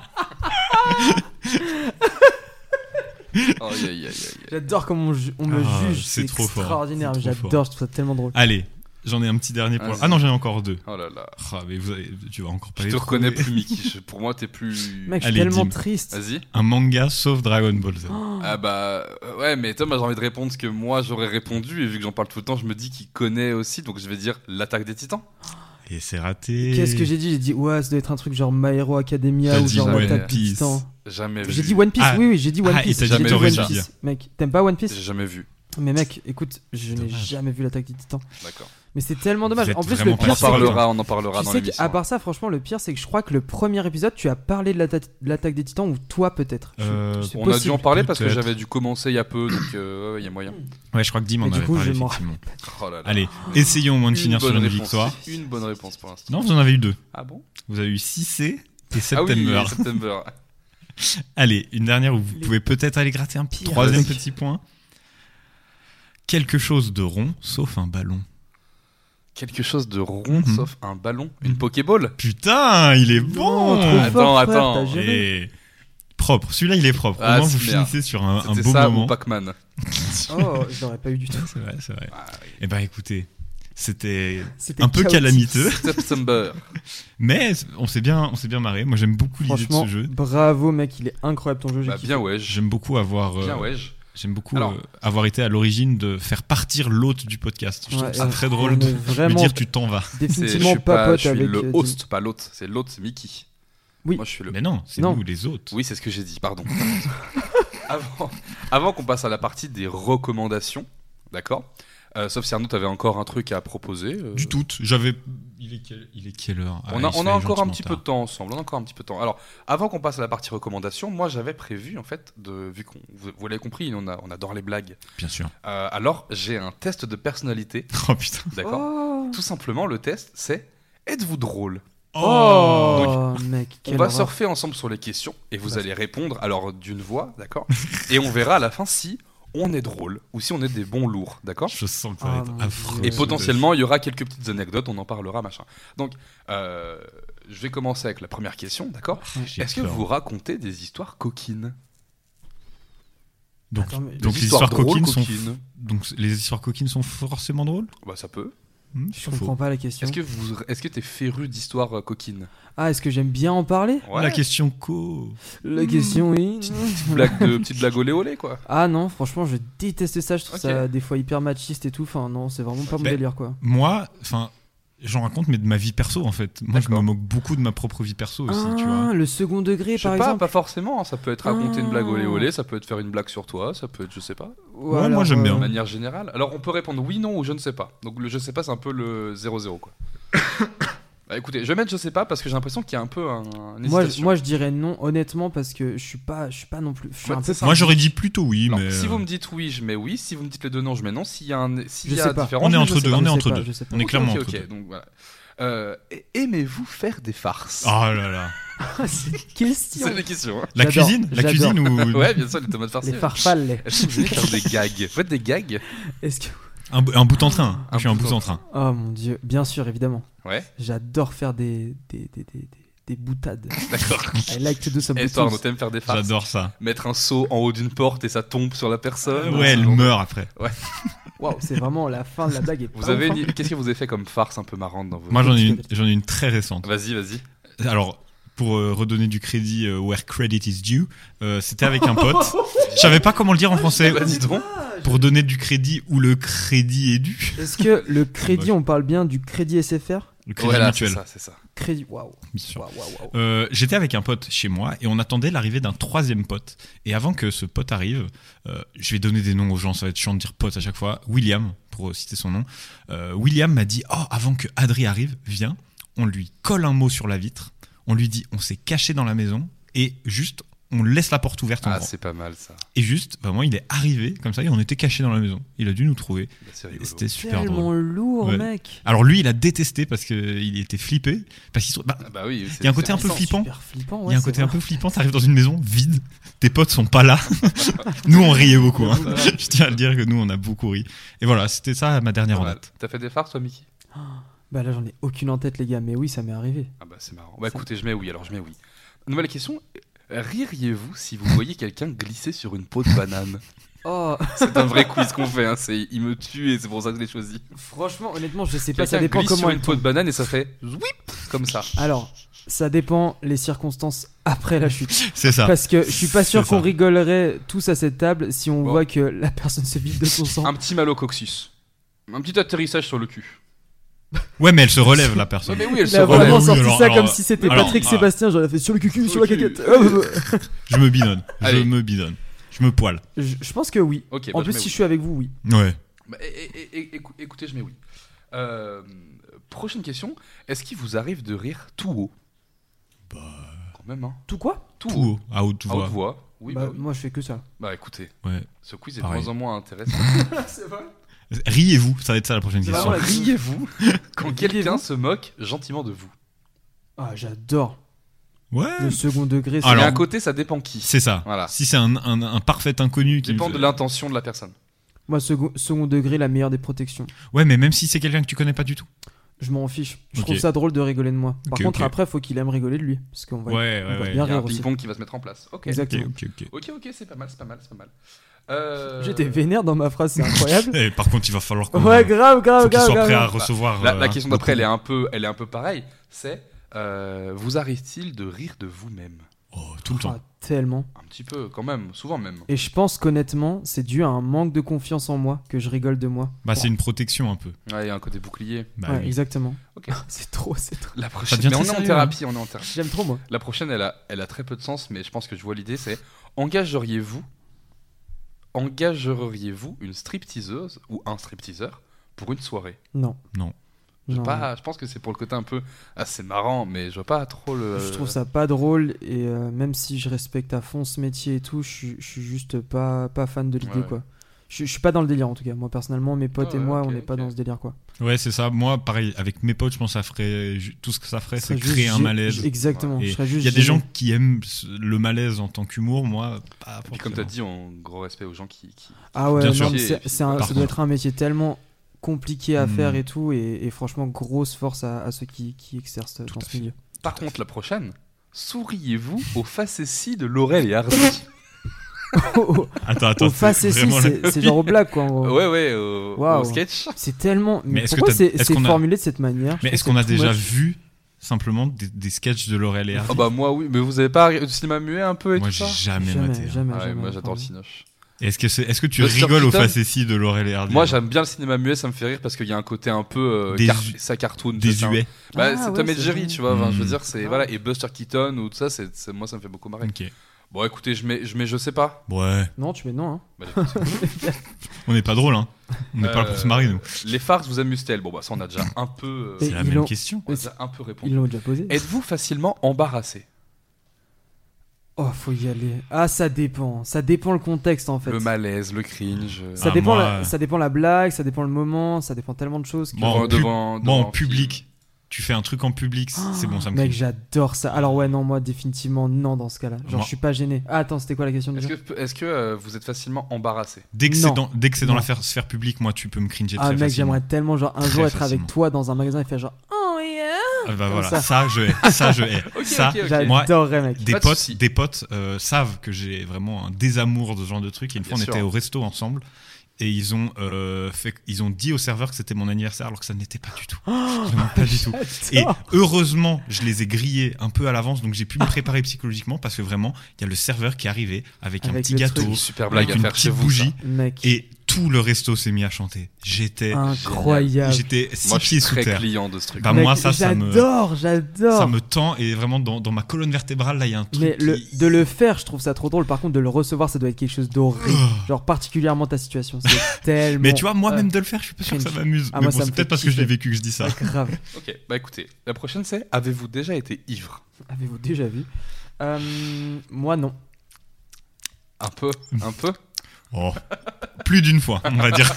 Aïe, aïe, aïe, aïe. J'adore comment on, ju- on me Ah, juge. c'est trop fort, extraordinaire. c'est trop fort. J'adore, je trouve ça tellement drôle. Allez, j'en ai un petit dernier pour. Vas-y. Ah non, j'en ai encore deux. Oh là là. Ah, mais vous avez- tu vas encore pas Je les te trouver. reconnais plus, Mickey. Je- (laughs) Pour moi, t'es plus. Mec, je suis Allez, tellement Dim. triste. Vas-y. Un manga sauf Dragon Ball Z. Oh. Ah bah euh, ouais mais Tom j'ai envie de répondre ce que moi j'aurais répondu et vu que j'en parle tout le temps je me dis qu'il connaît aussi donc je vais dire l'attaque des titans. Et c'est raté. Qu'est-ce que j'ai dit J'ai dit, ouais, ça doit être un truc genre My Hero Academia T'as ou dit genre One l'attaque des Piece. Titans. Jamais vu. J'ai dit One Piece, Ah. oui, oui, j'ai dit One Ah, il Piece. t'a J'ai jamais dit One autorisé. Piece, mec. T'aimes pas One J'ai Piece jamais vu. Mais mec, écoute, je n'ai Dommage. jamais vu l'attaque des Titans. D'accord. Mais c'est tellement dommage. Vous êtes En plus, vraiment le On pas en pire, c'est que parlera, on en parlera tu dans sais qu'à l'émission. part ça, franchement, le pire, c'est que je crois que le premier épisode, tu as parlé de l'atta- de l'attaque des titans, ou toi peut-être. Je- Euh, c'est On a possible. dû en parler parce que Peut-être. j'avais dû commencer il y a peu donc euh, ouais, ouais, il y a moyen. Ouais, je crois que Dim en Mais du avait coup, parlé, je m'en effectivement. Oh là là. Allez, essayons au moins de Une finir sur bonne une réponse. victoire. Une bonne réponse pour l'instant. Non, vous en avez eu deux. Ah bon Vous avez eu 6C et Ah oui, September. (laughs) September. Allez, une dernière où vous Les- pouvez peut-être aller gratter un petit Pire. troisième Vas-y. petit point. Quelque chose de rond, sauf un ballon. Quelque chose de rond Mhm. sauf un ballon, une Pokéball. Putain, il est Non, bon trop Attends, fort, frère, attends. t'as géré. Et propre. Celui-là, il est propre. Ah, Au moins, vous c'est bien. finissez sur un, un C'était beau ça ou moment. Pac-Man. Oh, je l'aurais pas eu du (laughs) tout. (laughs) c'est vrai, c'est vrai. Eh ben, écoutez, c'était C'était un peu chaotique. calamiteux, (laughs) September. mais on s'est bien, on s'est bien marré. Moi, j'aime beaucoup l'idée de Franchement, ce jeu. bravo, mec, il est incroyable ton jeu. j'ai Bah, kiffé. bien ouais. je- J'aime beaucoup avoir, euh, Bien ouais. je- j'aime beaucoup Alors- euh, avoir été à l'origine de faire partir l'hôte du podcast. Je Ouais, trouve ça euh, très drôle de on est lui vraiment dire tu t'en vas. C'est- définitivement je suis pas- pas je pote suis avec. le euh, host, pas l'hôte. C'est l'hôte, c'est Mickey. Oui. Moi, je suis le. Mais non, c'est Non. nous les hôtes. Oui, c'est ce que j'ai dit. Pardon. (laughs) avant, avant qu'on passe à la partie des recommandations, d'accord. Euh, sauf si Arnaud, t'avais encore un truc à proposer. euh, Du tout. J'avais. Il est quelle, il est quelle heure Ah, On il a, se on fait a encore un gentiment petit peu de tard. temps ensemble. On a encore un petit peu de temps. Alors, avant qu'on passe à la partie recommandations, moi, j'avais prévu, en fait, de, vu qu'on, vous, vous l'avez compris, on, a, on adore les blagues. (laughs) Bien sûr. Euh, alors, j'ai un test de personnalité, Oh putain. d'accord. Oh, Tout simplement, le test, c'est êtes-vous drôle Oh, mec, On quelle va horreur. Bah, surfer ensemble sur les questions et vous allez répondre alors d'une voix, d'accord Et on verra à la fin si on est drôle ou si on est des bons lourds, d'accord Je sens que ça va Ah, être mon affreux. Dieu. Et ce potentiellement, il y aura quelques petites anecdotes, on en parlera, machin. Donc, euh, je vais commencer avec la première question, d'accord test. J'ai Est-ce que peur. vous racontez des histoires coquines Donc, Attends, mais- donc Des les histoires drôles, coquines sont. Donc les histoires coquines sont forcément drôles Bah, ça peut. Hmm, Je pas faux. comprends pas la question. Est-ce que vous, est-ce que t'es féru d'histoires euh, coquines Ah, est-ce que j'aime bien en parler Ouais. La question co. La Hmm. question, oui. (laughs) Blague de petite blague olé olé quoi. Ah non, franchement, je déteste ça. Je trouve Ok. ça des fois hyper machiste et tout. Enfin, non, c'est vraiment pas mon Ben, délire, quoi. Moi, enfin, j'en raconte, mais de ma vie perso en fait. Moi, je me D'accord. moque beaucoup de ma propre vie perso aussi, tu Ah, vois. le second degré, Je sais par pas, exemple. pas forcément. hein. Ça peut être raconter une blague Ah. olé olé, ça peut être faire une blague sur toi, ça peut être, je sais pas. Ou Ouais, moi, alors, euh, j'aime bien. de manière générale. Alors on peut répondre oui, non ou je ne sais pas. Donc le je sais pas c'est un peu le 0-0 quoi. (coughs) bah écoutez, je vais mettre je sais pas parce que j'ai l'impression qu'il y a un peu un, un Moi, je- hésitation. moi, je dirais non, honnêtement, parce que je suis pas, je suis pas non plus. Je suis Ouais, un c'est peu. ça. Moi, j'aurais dit plutôt oui, Alors, mais. si euh, vous me dites oui, je mets oui. Si vous me dites les deux non, je mets non. S'il y a un s'il Je y sais a pas. différence, on est je entre sais deux, pas. on est Je sais entre pas, deux. je sais pas. On est Ok, clairement ok, entre ok, deux. donc voilà. Euh, et- Aimez-vous faire des farces Oh là là. (laughs) Cette question. C'est les questions. hein. La J'adore, cuisine, la j'adore. cuisine (laughs) ou Ouais, bien sûr, les tomates farcies. Les farfales. les- Est-ce que vous aimez faire des gags Faites des gags Est-ce que. un, bou- un bout en train. Un je suis un bout bout en en train. Oh mon dieu, bien sûr, évidemment. Ouais, J'adore faire des des, des, des, des- des boutades. d'accord. I like to do some Et toi, Arnaud, boutades. t'aimes faire des farces J'adore ça. Mettre un seau en haut d'une porte et ça tombe sur la personne Ouais, elle meurt après. Waouh, c'est vraiment la fin de la blague. est Vous pas avez fin. une- Qu'est-ce que vous avez fait comme farce un peu marrante dans vos. Moi, j'en ai, (laughs) une- j'en ai une très récente. Vas-y, vas-y. Alors, pour euh, redonner du crédit euh, where credit is due, euh, c'était avec (laughs) un pote. Je savais pas comment le dire en français. Bah, dis donc. Pour donner du crédit où le crédit est dû. Est-ce que le crédit, on parle bien du crédit SFR Le crédit Voilà, c'est mutuel, ça, c'est ça. Crédit, waouh, bien sûr. waouh, waouh, waouh. Euh, J'étais avec un pote chez moi et on attendait l'arrivée d'un troisième pote. Et avant que ce pote arrive, euh, je vais donner des noms aux gens, ça va être chiant de dire pote à chaque fois. William, pour euh, citer son nom. Euh, William m'a dit Oh, avant que Adri arrive, viens, on lui colle un mot sur la vitre, on lui dit On s'est caché dans la maison et juste on laisse la porte ouverte en Ah, grand. c'est pas mal ça. Et juste, vraiment, il est arrivé comme ça et on était caché dans la maison. Il a dû nous trouver. Bah, C'est Et rigolo. C'était super drôle. Ah, Tellement lourd, Ouais. mec. Alors lui, il a détesté parce qu'il était flippé. Parce qu'il se- bah, Ah, Bah oui, Il y a un côté un peu Attends, flippant. super flippant, Il y ouais, a un c'est côté un vrai. peu flippant, t'arrives dans une maison vide, tes potes sont (laughs) pas là. nous on riait beaucoup. hein. (laughs) Je tiens à le dire que nous on a beaucoup ri. Et voilà, c'était ça ma dernière en Voilà. date. T'as fait des farces, toi, Mickey Bah là, j'en ai aucune en tête, les gars, mais oui, ça m'est arrivé. Ah, bah c'est marrant. Bah écoutez, je mets oui, alors je mets oui. Nouvelle question. Ririez-vous si vous voyez quelqu'un glisser sur une peau de (laughs) banane Oh, C'est un vrai quiz qu'on fait, hein. c'est- il me tue et c'est pour ça que je l'ai choisi. franchement, honnêtement, je sais pas, Bah, ça Quelqu'un dépend glisse comment sur elle une peau de banane et ça fait whip comme ça. Alors, ça dépend les circonstances après la chute. C'est ça. Parce que je suis pas sûr Ah, C'est ça. qu'on rigolerait tous à cette table si on Bon. voit que la personne se vide de son sang. Ah, Un petit mal au coccyx. Un petit atterrissage sur le cul. Ouais, mais elle se relève la personne. mais oui, elle Ah, Il se a relève. vraiment Oui, sorti alors, ça alors, comme si c'était alors, Patrick ah. Sébastien, j'aurais fait sur le cul, sur la cul. caquette. Euh, Je me bidonne. Je Allez. me bidonne. Je me poile. (laughs) je je pense que oui. Ok, en bah, plus, je mets si oui. je suis avec vous, oui. Ouais. Bah, é- é- é- écou- écoutez, je mets oui. Euh, prochaine question. Est-ce qu'il vous arrive de rire tout haut Bah. Quand même, hein. Tout quoi Tout, Tout haut. haut, à haute À haute voix. voix. Oui, bah, bah, oui. Moi, je fais que ça. Bah, écoutez, Ouais. ce quiz est Pareil. de moins en moins intéressant. Riez-vous, ça va être ça la prochaine C'est question. vraiment la- Riez-vous (laughs) quand quelqu'un se moque gentiment de vous. Ah, j'adore. Ouais. Le second degré, c'est Il y a Alors- un côté, ça dépend qui. C'est ça. Voilà. Si c'est un, un- un parfait inconnu qui. Dépend de l'intention de la personne. moi second, second degré la meilleure des protections. Ouais, mais même si c'est quelqu'un que tu connais pas du tout. Je m'en fiche. Je Ok. trouve ça drôle de rigoler de moi. Par Ok, contre, ok. après, faut qu'il aime rigoler de lui, parce qu'on va, Ouais, on va ouais, ouais. bien Il y a un rire aussi. ping-pong qui va se mettre en place. Ok. Ok, Exactement. ok, ok. Ok, ok, c'est pas mal, c'est pas mal, c'est pas mal. Euh, J'étais vénère dans (laughs) ma phrase, c'est incroyable. Eh, par contre, il va falloir qu'on ouais, grave, grave, faut qu'il grave, soit prêt à grave. recevoir. La, euh, la question d'après, elle beaucoup. est un peu, elle est un peu pareille. C'est euh, vous arrive-t-il de rire de vous-même Oh, tout le temps. Ah, tellement. Un petit peu, quand même, souvent même. Et je pense qu'honnêtement, c'est dû à un manque de confiance en moi que je rigole de moi. Bah, c'est une protection un peu. Ouais, il y a un côté bouclier. Bah, ouais, oui. exactement. Ok. (laughs) c'est trop, c'est trop. La prochaine, devient mais on très est en sérieux, hein. thérapie, on est en thérapie. J'aime trop moi. La prochaine, elle a, elle a très peu de sens, mais je pense que je vois l'idée. C'est engageriez-vous, engageriez-vous une stripteaseuse ou un stripteaseur pour une soirée Non. Non. Je sais Non, pas, je pense que c'est pour le côté un peu assez marrant, mais je vois pas trop le. Je trouve ça pas drôle et euh, même si je respecte à fond ce métier et tout, je, suis- je suis juste pas, pas fan de l'idée Ouais, ouais. quoi. Je, je suis pas dans le délire en tout cas. Moi personnellement, mes potes Ouais, et moi, ok, on n'est pas ok. dans ce délire quoi. Ouais, c'est ça. Moi, pareil, avec mes potes, je pense que ça ferait ju- tout ce que ça ferait, Ce c'est serait juste créer un gê- malaise. Exactement. Et Je serais Il juste y a des gens gêné. qui aiment ce- le malaise en tant qu'humour. Moi, pas Et puis comme t'as forcément. dit, en gros respect aux gens qui. qui- Ah ouais, Bien non, sûr. mais c'est- c'est un- Par ça doit contre. être un métier tellement compliqué à Hmm. faire et tout, et, et franchement, grosse force à, à ceux qui, qui exercent euh, dans à ce fait. milieu. Par contre, la prochaine, souriez-vous aux facéties de Laurel et (laughs) Hardy. Oh, oh, Attends, attends. Au c'est face et si, vraiment le- c'est c'est genre au blague quoi. en gros. ouais, ouais, au, Waouh. au sketch. C'est tellement. Mais Mais, est-ce que pourquoi t'as- c'est est-ce c'est qu'on a- formulé de cette manière Mais Je est-ce trouve qu'on a que c'est déjà too much. vu simplement des, des sketchs de Laurel et Ah Hardy bah moi oui, mais vous avez pas le cinéma muet un peu et Moi, tout ça j'ai jamais, Jamais, maté. hein. jamais, Ah ouais, jamais, moi j'adore le jamais. cinoche. Est-ce que, c'est- est-ce que tu Le rigoles au Surkiton facéties de Laurel et Hardy Moi j'aime bien le cinéma muet, ça me fait rire parce qu'il y a un côté un peu euh, Des car- hu- ça cartoon. des c'est un- huées. Bah Ah c'est ouais, Tom et c'est Jerry, vrai. tu vois. enfin, je veux Mm. dire c'est Ah. voilà et Buster Keaton ou tout ça, c'est c'est- moi ça me fait beaucoup marrer. Ok. Bon écoutez, je mets je mets je sais pas. Ouais. Non, tu mets non. Hein. Bah, écoutez, On n'est pas drôle, hein. On n'est pas là pour euh, se marrer, nous. Les farces vous amuse-t-elle Bon bah ça on a déjà un peu. euh, C'est Et la ils même ont- question. on a déjà un peu répondu. Ils l'ont déjà posé. Êtes-vous facilement embarrassé Oh, faut y aller. Ah, ça dépend. Ça dépend le contexte en fait. Le malaise, le cringe. euh, Ça, Ah, dépend moi, euh, la, ça dépend la blague, ça dépend le moment, ça dépend tellement de choses. Que... Moi, en, pub- devant- moi, en devant un film. public, tu fais un truc en public, c'est c'est bon, ça me Oh, Mec, crie. j'adore ça. Alors, ouais, non, moi, définitivement, non, dans ce cas-là. Genre, Moi- je suis pas gêné. Ah, attends, c'était quoi la question Est-ce déjà que, est-ce que euh, vous êtes facilement embarrassé Dès que c'est Non. dans, dès que c'est dans Non. la fer- sphère publique, moi, tu peux me cringer Ah, très mec, facilement. j'aimerais tellement, genre, un Très jour être facilement. avec toi dans un magasin et faire genre, oh yeah Ah bah Comme voilà, ça. ça. je hais, ça je (laughs) hais. Ok, ça, ok, ok. moi, J'adorerais, mec. des Pas de potes, souci. des potes euh, savent que j'ai vraiment un désamour de ce genre de truc. Et une Bien fois, on sûr. était au resto ensemble et ils ont, euh, fait, ils ont dit au serveur que c'était mon anniversaire alors que ça ne l'était pas du (gasps) tout. Oh, Vraiment pas du tout. Et heureusement, je les ai grillés un peu à l'avance, donc j'ai pu Ah. me préparer psychologiquement parce que vraiment, il y a le serveur qui est arrivé avec, un Avec petit le gâteau, truc. Super avec blague à une faire chez petite vous. ça. bougie, Mec, et tout le resto s'est mis à chanter. J'étais, incroyable. j'étais six Moi, je suis pieds sous très terre. client de ce truc. Bah, Mec, moi, ça, ça me- J'adore, j'adore. Ça me tend et vraiment dans, dans ma colonne vertébrale, là, il y a un truc. Mais le- qui- de le faire, je trouve ça trop drôle. Par contre, de le recevoir, ça doit être quelque chose d'horrible. (sighs) Oh. Genre particulièrement ta situation. C'est (laughs) tellement. Mais tu vois, moi-même euh, de le faire, je suis pas sûr que ça cringe. m'amuse. Ah, mais moi, bon, ça c'est me peut-être fait parce que je l'ai kiffer. vécu que je dis ça. pas grave. Ok, bah écoutez, la prochaine c'est avez-vous déjà été ivre Avez-vous déjà vu Euh, Moi non. Un peu, un peu. Oh. Plus d'une fois, on va (laughs) dire.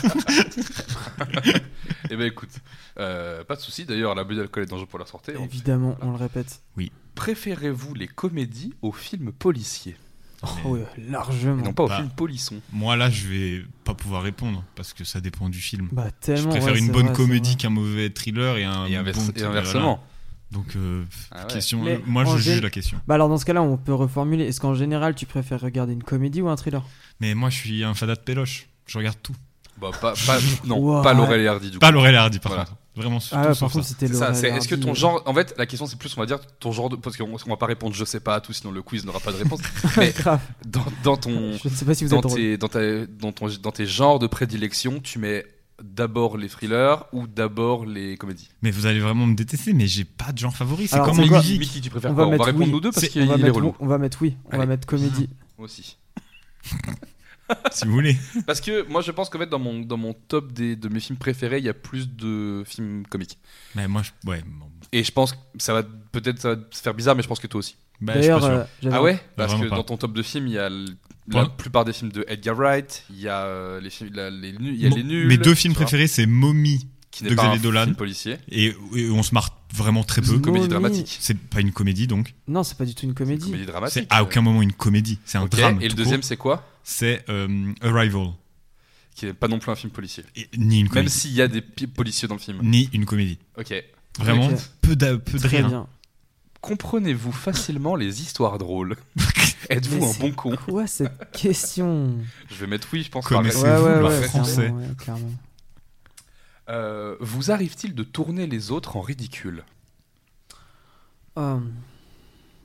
Eh ben écoute, euh, pas de souci. D'ailleurs, l'abus d'alcool est dangereux pour la santé. On- Évidemment, on le répète. Préférez-vous les comédies aux films policiers Oh, euh, et largement. non pas aux Bah. films polissons Moi, là, je vais pas pouvoir répondre parce que ça dépend du film. Bah je tellement. préfère ouais, une c'est bonne vrai, c'est comédie qu'un mauvais thriller et un et, inverse- bon et thriller, inversement voilà. Donc, euh, Ah ouais. question, Mais euh, moi, je en juge gé- la question. vrai. Bah alors dans ce cas-là, on peut reformuler. Est-ce qu'en général, tu préfères regarder une comédie ou un thriller Mais moi, je suis un fada de péloche. Je regarde tout. Bah, pas, (laughs) pas- non, Wow. pas Laurel et Hardy du coup. Pas Laurel et Hardy, par Voilà. contre. Vraiment, surtout Ah ouais, sans par contre, ça. c'était C'est le. ça, c'est- est-ce que euh, ton genre. En fait, la question c'est plus, on va dire, ton genre de. Parce qu'on on va pas répondre je sais pas à tout, sinon le quiz n'aura pas de réponse. mais (laughs) Grave. dans, dans ton. Je ne sais pas si vous Dans êtes drôle. tes, dans, ta- dans ton, dans tes genres de prédilection, tu mets d'abord les thrillers ou d'abord les comédies Mais vous allez vraiment me détester, mais j'ai pas de genre favori. C'est Alors, comme c'est en quoi musique. Mickey, tu préfères on quoi va On va mettre répondre oui. nous deux parce C'est- qu'il on, va il est mettre, relou. on va mettre oui. On Allez. va mettre comédie. Moi aussi. (laughs) si vous voulez. Parce que moi, je pense qu'en fait, dans mon, dans mon top des, de mes films préférés, il y a plus de films comiques. Mais moi, je... ouais. bon. Et je pense que ça va peut-être ça va te faire bizarre, mais je pense que toi aussi. Bah, je suis pas D'ailleurs, sûr. euh, j'avais- Ah ouais Parce que vraiment pas. dans ton top de films, il y a l- Ouais. la plupart des films de Edgar Wright, il y a euh, les films, la- les, nu- il y a Mon- les nuls. Mes deux films tu vois, préférés, c'est Mommy qui n'est de pas Xavier un Dolan. film policier. et, et on se marre vraiment très C'est peu. une comédie Mommy. dramatique. C'est pas une comédie donc. Non, c'est pas du tout une Une comédie. comédie dramatique. C'est à aucun moment une comédie. C'est un Ok, drame. Et le tout deuxième, court. c'est quoi c'est euh, Arrival. Qui n'est pas non plus un film policier. Et- ni une Même comédie. Mm. s'il y a des pi- policiers dans le film. Ni une comédie. Ok. Vraiment Ok. peu, d'a- peu de Très rien. bien. Comprenez-vous facilement les histoires (laughs) drôles Êtes-vous Mais un c'est bon con (laughs) Quoi cette question Je vais mettre oui, je pense. Comme par- C'est Ouais, vous, ouais, le ouais, français. clairement, ouais, clairement. Euh, vous arrive-t-il de tourner les autres en ridicule Euh,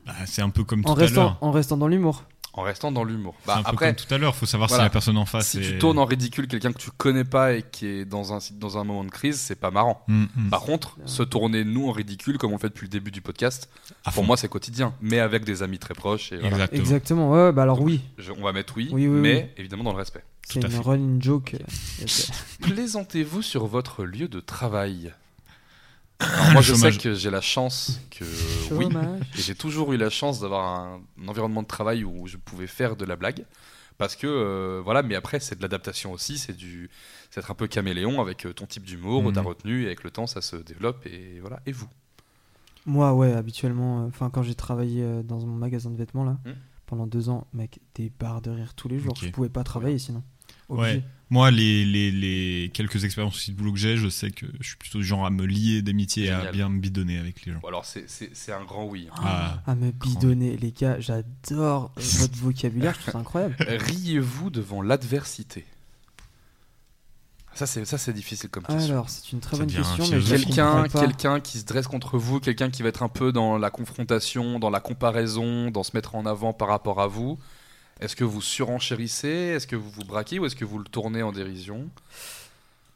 Bah, c'est un peu comme en, tout à restant, l'heure. en restant dans l'humour. En restant dans l'humour. C'est Bah, un peu après, comme tout à l'heure. Faut savoir voilà. si la personne en face. si est- tu tournes en ridicule quelqu'un que tu connais pas et qui est dans un, dans un moment de crise, c'est pas marrant. Mm, mm. Par contre, se tourner nous en ridicule, comme on le fait depuis le début du podcast, À fond. pour moi c'est quotidien, mais avec des amis très proches. Et voilà. Exactement. Exactement, ouais, ouais, bah alors Donc, oui, Je- on va mettre oui, Oui, oui, mais évidemment dans le respect. c'est tout à une fait. running joke. euh, Plaisantez-vous sur votre lieu de travail Alors, Moi Le je chômage. sais que j'ai la chance que euh, oui, Chômage. Et j'ai toujours eu la chance d'avoir un, un environnement de travail où je pouvais faire de la blague. Parce que, euh, voilà, mais après, c'est de l'adaptation aussi, c'est du c'est être un peu caméléon avec euh, ton type d'humour, Mhm. ta retenue, et avec le temps, ça se développe, et voilà, et vous Moi, ouais, habituellement, enfin, quand j'ai travaillé euh, dans mon magasin de vêtements là, Hmm. pendant deux ans, mec, des barres de rire tous les jours. Ok. Je pouvais pas travailler sinon. Obligé. Ouais. Moi, les, les, les quelques expériences aussi de boulot que j'ai, je sais que je suis plutôt du genre à me lier d'amitié et à Génial. bien me bidonner avec les gens. Bon, alors, c'est- c'est c'est un grand oui. hein. Ah. À me bidonner, les (laughs) gars, j'adore euh, votre vocabulaire, je trouve ça Ah. incroyable. Riez-vous devant l'adversité Ça, c'est ça, c'est difficile comme question. Alors, c'est une très Ça bonne devient un question, mais je philosophe. comprends Quelqu'un pas. quelqu'un qui se dresse contre vous, quelqu'un qui va être un peu dans la confrontation, dans la comparaison, dans se mettre en avant par rapport à vous. Est-ce que vous surenchérissez Est-ce que vous vous braquez ou est-ce que vous le tournez en dérision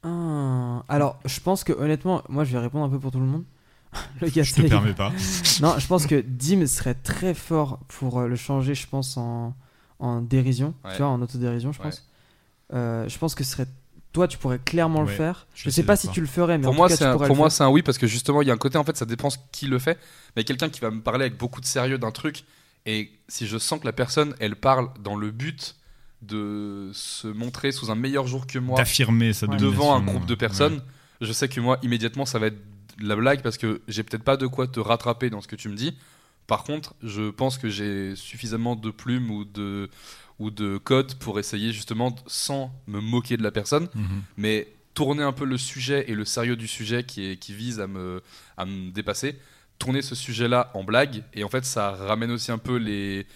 Ah, Alors, je pense que honnêtement, moi, je vais répondre un peu pour tout le monde. (laughs) le gars, Je te ça y est. permets pas. Non, je pense que Dim serait très fort pour euh, le changer, je pense, en, en dérision, Ouais. tu vois, en autodérision, je pense. Euh, je pense que ce serait. Toi, tu pourrais clairement Ouais, le faire. je Je, suis sais pas si d'accord. tu le ferais, mais Pour en moi, tout cas, c'est tu un, pourrais pour le moi, faire. c'est un oui parce que justement, il y a un côté en fait, ça dépend qui le fait, mais quelqu'un qui va me parler avec beaucoup de sérieux d'un truc et si je sens que la personne, elle parle dans le but de se montrer sous un meilleur jour que (laughs) moi, D'affirmer sa domination. euh, devant un groupe de ouais. personnes, je sais que moi, immédiatement, ça va être de la blague parce que j'ai peut-être pas de quoi te rattraper dans ce que tu me dis. Par contre, je pense que j'ai suffisamment de plumes ou de, ou de codes pour essayer justement, de- sans me moquer de la personne, Mhm. mais tourner un peu le sujet et le sérieux du sujet qui, est, qui vise à me, à me dépasser, tourner ce sujet-là en blague, et en fait, ça ramène aussi un peu les,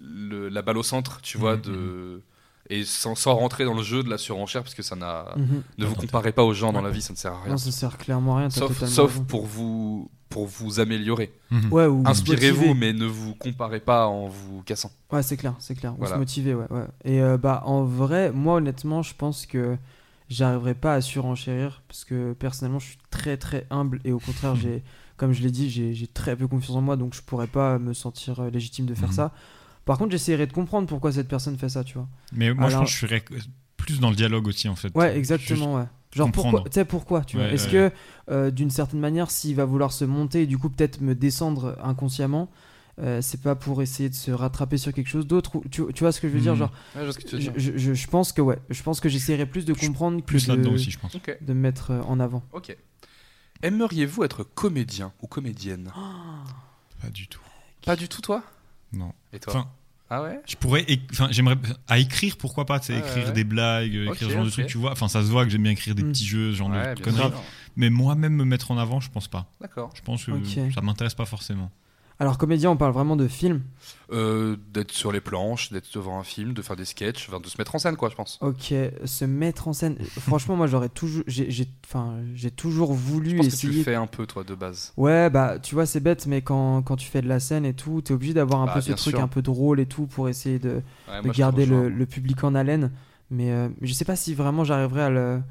le- la balle au centre, tu vois, Mhm, de Et sans, sans rentrer dans le jeu de la surenchère, parce que ça n'a. Ne Pas Mhm. vous d'intérêt. comparez pas aux gens dans la vie, ça ne sert à rien. Non, ça sert clairement à rien. t'as Sauf, totalement sauf raison. pour vous pour vous améliorer. Ouais, ou Inspirez-vous, mais motiver. ne vous comparez pas en vous cassant. Ouais, c'est clair, c'est clair. On se Voilà. motiver, ouais, ouais. Et euh, bah, en vrai, moi, honnêtement, je pense que j'arriverai pas à surenchérir parce que personnellement, je suis très, très humble et au contraire, (laughs) j'ai, comme je l'ai dit, j'ai j'ai très peu confiance en moi, donc je pourrais pas me sentir euh, légitime de faire Mhm. ça. Par contre, j'essaierai de comprendre pourquoi cette personne fait ça, tu vois. Mais moi, Alors- je pense que je serais plus dans le dialogue aussi, en fait. Ouais, Juste- exactement, ouais. Genre pourquoi, comprendre. tu sais pourquoi, tu vois. Ouais, Est-ce ouais. que euh, d'une certaine manière, s'il va vouloir se monter et du coup peut-être me descendre inconsciemment, euh, c'est pas pour essayer de se rattraper sur quelque chose d'autre. ou- Tu, tu vois ce que je veux dire, Mhm. genre. Je, je- je- je pense que ouais, je pense que j'essaierai plus de Je suis comprendre que Plus de, là-dedans aussi, je pense. Ok, de me mettre euh, en avant. ok. Aimeriez-vous être comédien ou comédienne Pas du tout. Pas du tout, toi Non. Et toi Enfin, Ah ouais je pourrais. éc- Enfin, j'aimerais. À écrire, pourquoi pas, tu sais, Ouais, écrire ouais. des blagues, euh, Ok, écrire ce genre de ok. trucs, tu vois. Enfin, ça se voit que j'aime bien écrire des Mm. petits jeux, ce genre Ouais, bien de conneries. sûr. Mais moi-même me mettre en avant, je pense pas. D'accord. Je pense que Ok. ça m'intéresse pas forcément. Alors comédien, on parle vraiment de film. Euh, d'être sur les planches, d'être devant un film, de faire des sketchs, enfin, de se mettre en scène, quoi, je pense. Ok, se mettre (laughs) en scène. Franchement, moi j'aurais toujours, j'ai, j'ai- enfin, j'ai toujours Je voulu pense que tu essayer. le fais un peu, toi, de base. Ouais, bah tu vois, c'est bête, mais quand, quand tu fais de la scène et tout, t'es obligé d'avoir un Bah, peu ce bien truc sûr. un peu drôle et tout pour essayer de, Ouais, de moi, je te garder le, rejoins. le public en haleine. Mais euh, je sais pas si vraiment j'arriverai à le.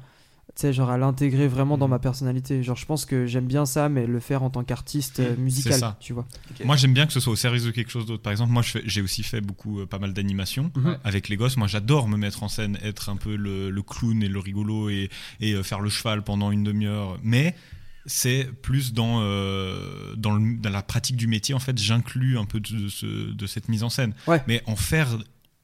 Tu sais, genre à l'intégrer vraiment Mhm. dans ma personnalité. Genre, je pense que j'aime bien ça, mais le faire en tant qu'artiste euh, musical, ça. tu vois. Ok. Moi, j'aime bien que ce soit au service de quelque chose d'autre. Par exemple, moi, je fais- j'ai aussi fait beaucoup, euh, pas mal d'animations Mhm. avec les gosses. Moi, j'adore me mettre en scène, être un peu le, le clown et le rigolo et, et, euh, faire le cheval pendant une demi-heure. Mais c'est plus dans, euh, dans, le- dans la pratique du métier. En fait, j'inclus un peu de, ce- de cette mise en scène. Ouais. Mais en faire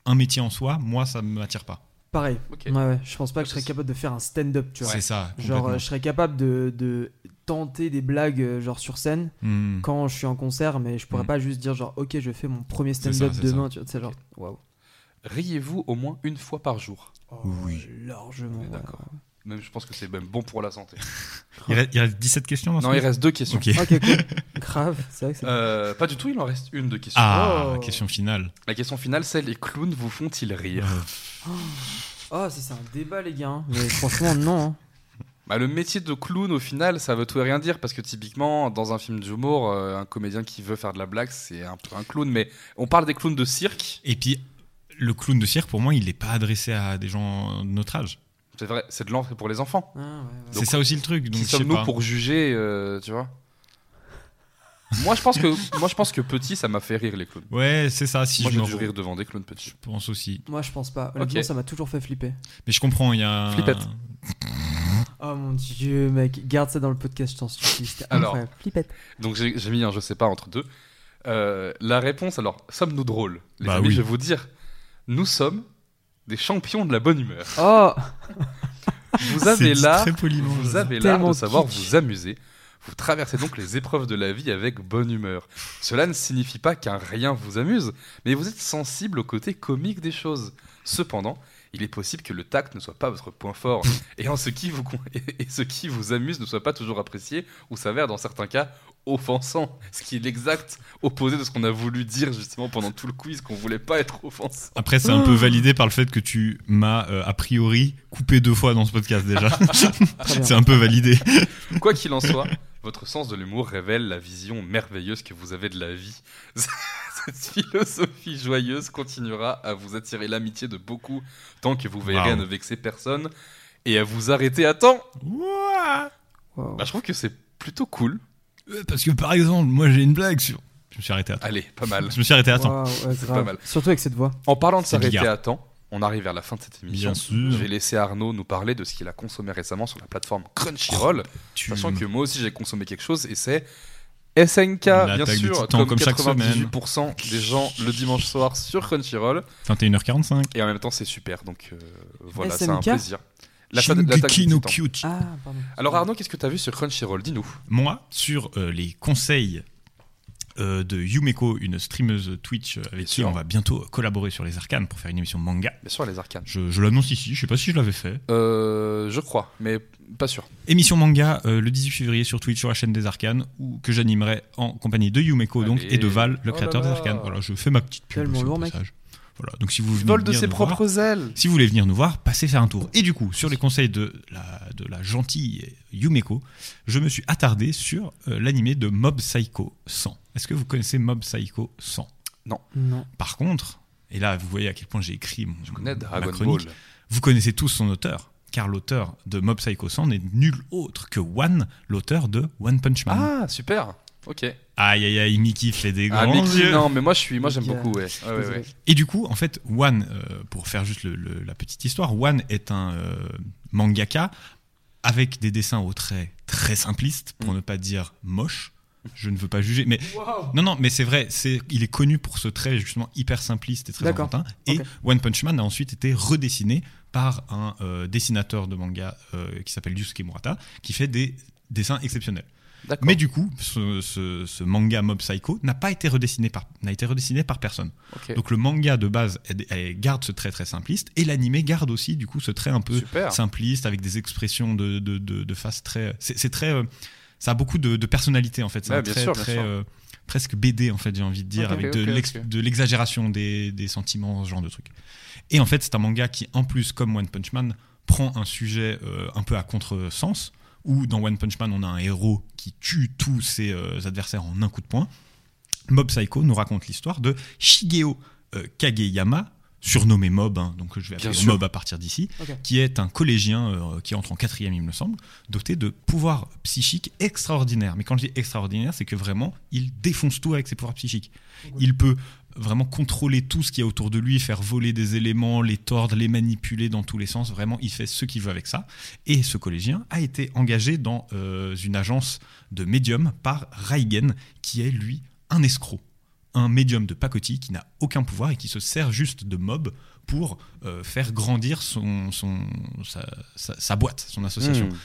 un métier en soi, moi, ça ne m'attire pas. Pareil. Ok. Ouais, ouais, je pense pas que je Pas de serais souci. capable de faire un stand-up, tu vois. C'est ça. Genre, complètement. euh, je serais capable de, de tenter des blagues, euh, genre sur scène, Mhm. quand je suis en concert, mais je Mhm. pourrais Mm. pas juste dire, genre, ok, je fais mon premier C'est ça, stand-up c'est demain, tu vois. Tu sais, genre, waouh. Riez-vous au moins une fois par jour. Oui. Oh, Largement. On est ouais. d'accord. Même, je pense que c'est même bon pour la santé. il, reste, il reste 17 questions dans ce non, il quiz reste deux questions. Ok. Ok, cool. (laughs) Grave, c'est vrai que c'est. Euh, pas du tout, il en reste une de questions. Ah, Oh. question finale. La question finale, c'est les clowns vous font-ils rire Oh, ça, c'est un débat, les gars. hein. Mais franchement, non. hein. Bah, le métier de clown, au final, ça veut tout et rien dire parce que typiquement, dans un film d'humour, euh, un comédien qui veut faire de la blague, c'est un peu un clown. Mais on parle des clowns de cirque, Et puis, le clown de cirque, pour moi, il n'est pas adressé à des gens de notre âge. c'est vrai, c'est de l'entrée pour les enfants. Ah, ouais, ouais. C'est ça aussi le truc. Donc, qui je sais sommes-nous pas. pour juger, euh, tu vois moi je, pense que, moi, je pense que petit, ça m'a fait rire les clowns. Ouais, c'est ça. Si moi, je j'ai me dû re- rire devant des clowns petits. Je pense aussi. Moi, je pense pas. Honnêtement, Ok. ça m'a toujours fait flipper. Mais je comprends, il y a. un- Flippette. Oh mon dieu, mec, garde ça dans le podcast, je t'en supplie. C'était Alors. incroyable. Flippette. Donc j'ai j'ai mis un je sais pas entre deux. Euh, la réponse, alors, sommes-nous drôles Les Bah amis, oui. je vais vous dire, nous sommes des champions de la bonne humeur. (laughs) Oh, Bah, Vous C'est avez dit là, très poliment, euh, vous j'adore. avez l'art Tellement de savoir kitsch. vous amuser. Vous traversez donc les épreuves de la vie avec bonne humeur. Cela ne signifie pas qu'un rien vous amuse, mais vous êtes sensible au côté comique des choses. Cependant, il est possible que le tact ne soit pas votre point fort, et, en ce, qui vous, con- (laughs) et ce qui vous amuse ne soit pas toujours apprécié, ou s'avère dans certains cas offensant, ce qui est l'exact opposé de ce qu'on a voulu dire justement pendant tout le quiz, qu'on voulait pas être offensant. Après, c'est un peu validé par le fait que tu m'as, euh, a priori, coupé deux fois dans ce (laughs) podcast déjà. très bien. c'est un peu validé. Quoi qu'il en soit, votre sens de l'humour révèle la vision merveilleuse que vous avez de la vie. (laughs) Cette philosophie joyeuse continuera à vous attirer l'amitié de beaucoup tant que vous veillerez à Waouh. ne vexer personne et à vous arrêter à temps. Ouah. Wow. Bah, je trouve que c'est plutôt cool. Euh, Parce que, par exemple, moi, j'ai une blague sur. Je me suis arrêté à temps. Allez, pas mal. Je me suis arrêté à temps. Wow, ouais, grave. pas mal. Surtout avec cette voix. En parlant de C'est s'arrêter Bigard. à temps, on arrive vers la fin de cette émission. Bien sûr. Je vais laisser Arnaud nous parler de ce qu'il a consommé récemment sur la plateforme Crunchyroll, Tu- sachant que moi aussi j'ai consommé quelque chose et c'est SNK, bien L'attaque des sûr, Titans, comme, comme chaque 98% des gens le dimanche soir sur Crunchyroll, 21h45. et en même temps c'est super, donc euh, voilà, c'est un SNK? plaisir. La fin de- l'attaque des Shingeki no Titans. Kyojin. Ah, pardon. Alors Arnaud, qu'est-ce que t'as vu sur Crunchyroll Dis-nous. moi sur euh, les conseils euh, de Yumeko, une streameuse Twitch euh, avec qui sûr. on va bientôt collaborer sur les arcanes pour faire une émission manga. Bien sûr, les arcanes. Je, je l'annonce ici, je sais pas si je l'avais fait. Euh, je crois, mais pas sûr. Émission manga euh, le 18 février sur Twitch sur la chaîne des arcanes où, que j'animerai en compagnie de Yumeko donc, Allez. et de Val, le Oh créateur là des là. arcanes. Voilà, je fais ma petite pub. Tellement aussi, au lourd, mec. passage. Voilà. Donc si vous venez Vol de venir ses nous voir- propres ailes. si vous voulez venir nous voir, passez faire un tour. Et du coup, sur les conseils de la, de la gentille Yumeko, je me suis attardé sur euh, l'animé de Mob Psycho 100. Est-ce que vous connaissez Mob Psycho 100 Non. Par contre, et là vous voyez à quel point j'ai écrit mon, Je connais ma Dragon chronique, Ball. vous connaissez tous son auteur, car l'auteur de Mob Psycho 100 n'est nul autre que One, l'auteur de One Punch Man. Ah, super. Ok. Aïe aïe aïe, Mickey fait des grands Ah, Mickey, yeux. non, mais moi, je suis, moi, j'aime Mickey, beaucoup, ouais. Ah, Ouais, ouais, ouais. Et du coup, en fait, One, euh, pour faire juste le- le- la petite histoire, One est un euh, mangaka avec des dessins au trait très simplistes, Mm. pour ne pas dire moche. Je ne veux pas juger, mais non, non, mais c'est vrai, c'est il est connu pour ce trait justement hyper simpliste et très D'accord. enfantin. Et Ok. One Punch Man a ensuite été redessiné par un euh, dessinateur de manga euh, qui s'appelle Yusuke Murata, qui fait des dessins exceptionnels. D'accord. Mais du coup, ce, ce- ce manga Mob Psycho n'a pas été redessiné par n'a été redessiné par personne. Ok. Donc le manga de base elle- elle garde ce trait très simpliste et l'animé garde aussi du coup ce trait un peu Super. simpliste avec des expressions de, de, de, de face très. C'est c'est très. euh, Ça a beaucoup de, de personnalité en fait. C'est Ouais, un bien trait sûr, bien très. sûr. euh, presque BD en fait, j'ai envie de dire, Ok, avec ok, de ok, l'ex- ok. de l'exagération des, des sentiments, ce genre de truc. Et en fait, c'est un manga qui, en plus, comme One Punch Man, prend un sujet euh, un peu à contresens, où dans One Punch Man, on a un héros qui tue tous ses euh, adversaires en un coup de poing. Mob Psycho nous raconte l'histoire de Shigeo euh, Kageyama, surnommé Mob, hein, donc je vais Bien appeler sûr. Mob à partir d'ici, Ok. qui est un collégien euh, qui entre en quatrième, il me semble, doté de pouvoirs psychiques extraordinaires. Mais quand je dis extraordinaire, c'est que vraiment, il défonce tout avec ses pouvoirs psychiques. Il peut vraiment contrôler tout ce qu'il y a autour de lui, faire voler des éléments, les tordre, les manipuler dans tous les sens. Vraiment, il fait ce qu'il veut avec ça. Et ce collégien a été engagé dans euh, une agence de médium par Raigen, qui est lui un escroc, un médium de pacotille qui n'a aucun pouvoir et qui se sert juste de mob pour euh, faire grandir son, son, sa, sa- sa boîte, son association. Hmm.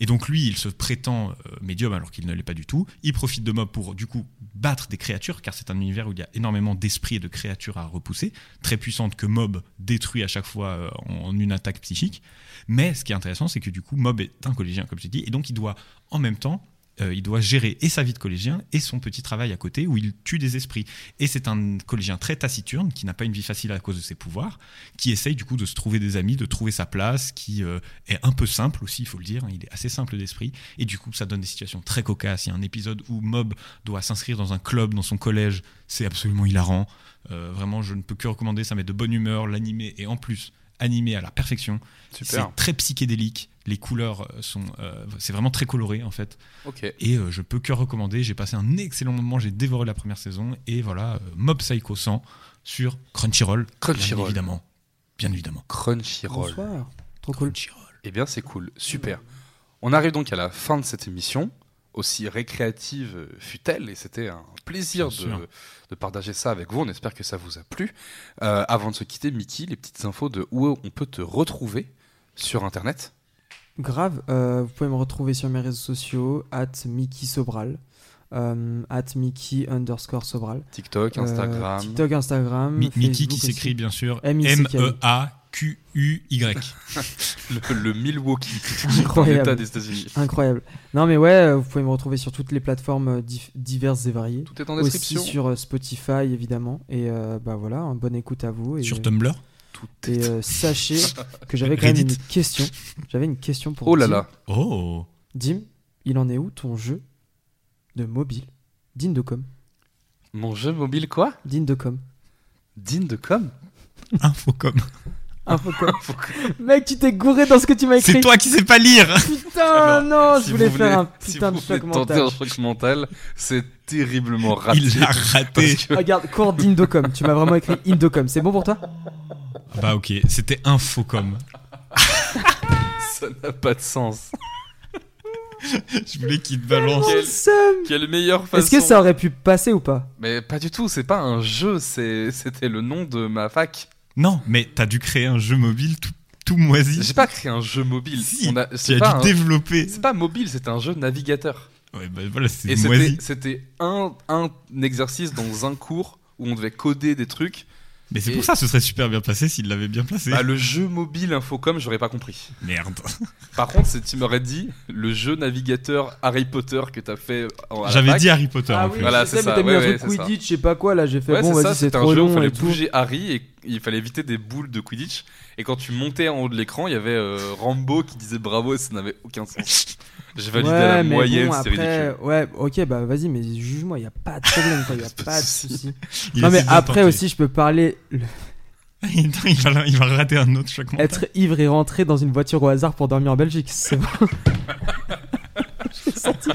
Et donc lui, il se prétend euh, médium alors qu'il ne l'est pas du tout. Il profite de mob pour du coup battre des créatures, car c'est un univers où il y a énormément d'esprits et de créatures à repousser, très puissantes que mob détruit à chaque fois euh, en, en une attaque psychique. Mais ce qui est intéressant, c'est que du coup, mob est un collégien, comme j'ai dit, et donc il doit en même temps... euh, il doit gérer et sa vie de collégien et son petit travail à côté où il tue des esprits. Et c'est un collégien très taciturne qui n'a pas une vie facile à cause de ses pouvoirs, qui essaye du coup de se trouver des amis, de trouver sa place, qui euh, est un peu simple aussi, il faut le dire, hein, il est assez simple d'esprit, et du coup ça donne des situations très cocasses. Il y a un épisode où Mob doit s'inscrire dans un club, dans son collège, c'est absolument hilarant. Euh, vraiment, je ne peux que recommander, ça met de bonne humeur, l'animé est en plus animé à la perfection. C'est Super. très psychédélique, les couleurs euh, sont, euh, c'est vraiment très coloré en fait. Ok. Et euh, je peux que recommander, j'ai passé un excellent moment, j'ai dévoré la première saison, et voilà, euh, Mob Psycho 100 sur Crunchyroll, Crunchyroll. bien évidemment. Bien évidemment. Crunchyroll. Bonsoir. Trop cool. Eh bien, c'est cool, super. On arrive donc à la fin de cette émission, aussi récréative euh, fut-elle, et c'était un plaisir Bien sûr. de, de partager ça avec vous. On espère que ça vous a plu. Euh, avant de se quitter, Mickey, les petites infos de où on peut te retrouver sur Internet. Grave, euh, vous pouvez me retrouver sur mes réseaux sociaux, at Mickey Sobral, euh, at Mickey underscore Sobral. TikTok, Euh, Instagram. TikTok, Instagram. Mi- Mickey Mm, Facebook qui aussi. s'écrit bien sûr M-I-C-K-I. M-E-A-Q-U-Y. (laughs) le, le (laughs) Milwaukee, un Incroyable. état des États-Unis. Incroyable. Non mais ouais, euh, vous pouvez me retrouver sur toutes les plateformes euh, dif- diverses et variées. Tout est en Aussi description. sur euh, Spotify évidemment. Et euh, bah voilà, un bonne écoute à vous. Et, Sur Tumblr. et, (laughs) euh, sachez que j'avais quand même Reddit. une question. J'avais une question pour Oh là Dim. là, Oh Dim, il en est où ton jeu de mobile Digne de com. mon jeu mobile quoi Digne de com. Digne de com Infocom. Infocom. Mec, tu t'es gouré dans ce que tu m'as écrit. C'est toi qui sais pas lire (laughs) Putain, non, Oh, je Si voulais vous faire un voulez- si putain vous de choc voulez tenter mental. un choc mental, c'est terriblement raté. Il l'a raté Parce que- Ah, Regarde, cours d'Indocom. Tu m'as vraiment écrit Indocom. C'est bon pour toi Ah Bah ok, c'était Infocom. Ça n'a pas de sens. Je voulais qu'il te balance. Quel- Awesome. (laughs) Quelle meilleure façon. Ah Est-ce que ça aurait pu passer ou pas Mais pas du tout, c'est pas un jeu, c'est- c'était le nom de ma fac. Non, mais t'as dû créer un jeu mobile tout, tout moisi. J'ai pas créé un jeu mobile. Si, On a- Tu c'est pas hein. as un- dû développer. c'est pas mobile, c'est un jeu navigateur. Ouais, bah voilà, c'est Et c'était- moisi. c'était un, un exercice dans un cours où on devait coder des trucs. Mais c'est et- pour ça, ce serait super bien passé s'il l'avait bien placé. Bah, le jeu mobile Infocom, j'aurais pas compris. Merde. Par contre, si tu m'aurais dit le jeu navigateur Harry Potter que t'as fait en- à la J'avais fac, dit Harry Potter. en Ah plus. oui, Voilà, c'est je sais, mais ça, t'as mis ouais, un ouais, truc c'est ça. Quidditch, je sais pas quoi, là j'ai fait Ouais, bon, c'est ça, vas-y, c'est c'était un trop jeu où il long fallait et tout. bouger Harry et il fallait éviter des boules de Quidditch. Et quand tu montais en haut de l'écran, il y avait euh, Rambo qui disait bravo et ça n'avait aucun sens. (laughs) J'ai validé Ouais, à la mais moyenne, bon, c'est après, ridicule. Ouais, ok, bah vas-y, mais juge-moi, il n'y a pas de problème, quoi, il n'y (laughs) a pas de souci. Il Non, essaie mais de après tenter. aussi, je peux parler. le- Attends, (laughs) il, va, il va rater un autre chaque mois. Être ivre et rentrer dans une voiture au hasard pour dormir en Belgique, c'est bon. Je l'ai senti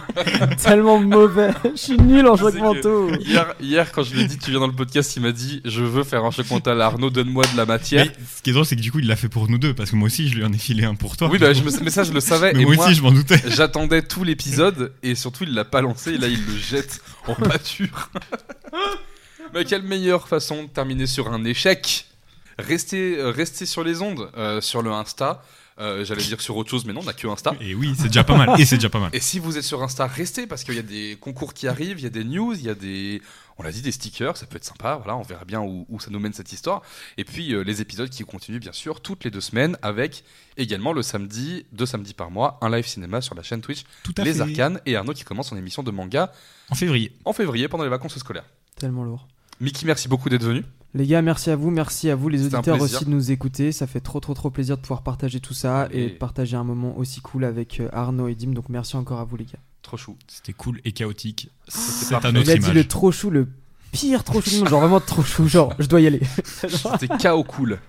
tellement mauvais. Je suis nul en Tu sais choc mentaux. Hier, hier, quand je lui ai dit tu viens dans le podcast, il m'a dit je veux faire un choc mental. Arnaud, donne-moi de la matière. Mais ce qui est drôle, c'est que du coup, il l'a fait pour nous deux, parce que moi aussi, je lui en ai filé un pour toi. oui, bah, je me, mais ça je le savais. Mais et moi, moi, aussi, je m'en doutais. j'attendais tout l'épisode et surtout il l'a pas lancé. Et là, il le jette en pâture. mais quelle meilleure façon de terminer sur un échec Restez, euh, restez sur les ondes, euh, sur le Insta. Euh, J'allais dire sur autre chose, mais non, on n'a que Insta. Et oui, c'est déjà pas mal. Et c'est déjà pas mal. Et si vous êtes sur Insta, restez parce qu'il y a des concours qui arrivent, il y a des news, il y a des, on l'a dit, des stickers, ça peut être sympa. Voilà, on verra bien où, où ça nous mène cette histoire. Et puis euh, les épisodes qui continuent bien sûr toutes les deux semaines avec également le samedi, deux samedis par mois, un live cinéma sur la chaîne Twitch, Tout à les fait. Arcanes et Arnaud qui commence son émission de manga En février. en février pendant les vacances scolaires. Tellement lourd. Mickey, merci beaucoup d'être venu. Les gars, merci à vous, merci à vous les C'était un auditeurs plaisir. aussi de nous écouter. Ça fait trop trop trop plaisir de pouvoir partager tout ça et, Et- de partager un moment aussi cool avec euh, Arnaud et Dim. Donc merci encore à vous les gars. Trop chou. C'était cool et chaotique. C'est C'était un parfait. autre Il a dit image. le trop chou, le pire trop chou du monde, genre vraiment trop chou, genre je dois y aller. (laughs) C'était KO cool,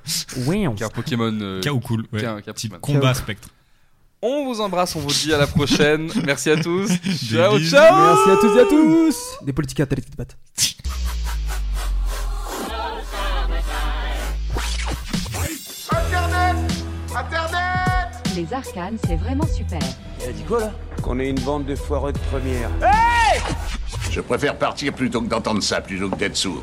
Ouais, on- qui est un Pokémon. euh, Chaos cool. Ouais. qu'un- qu'un Petit Pokémon. combat spectre. On vous embrasse, on vous dit à la (laughs) prochaine. merci à tous. Ciao, bisous. ciao. Merci à toutes et à tous. Des politiques à télé qui te battent. Les arcanes, c'est vraiment super. Je préfère partir plutôt que d'entendre ça, plutôt que d'être sourd.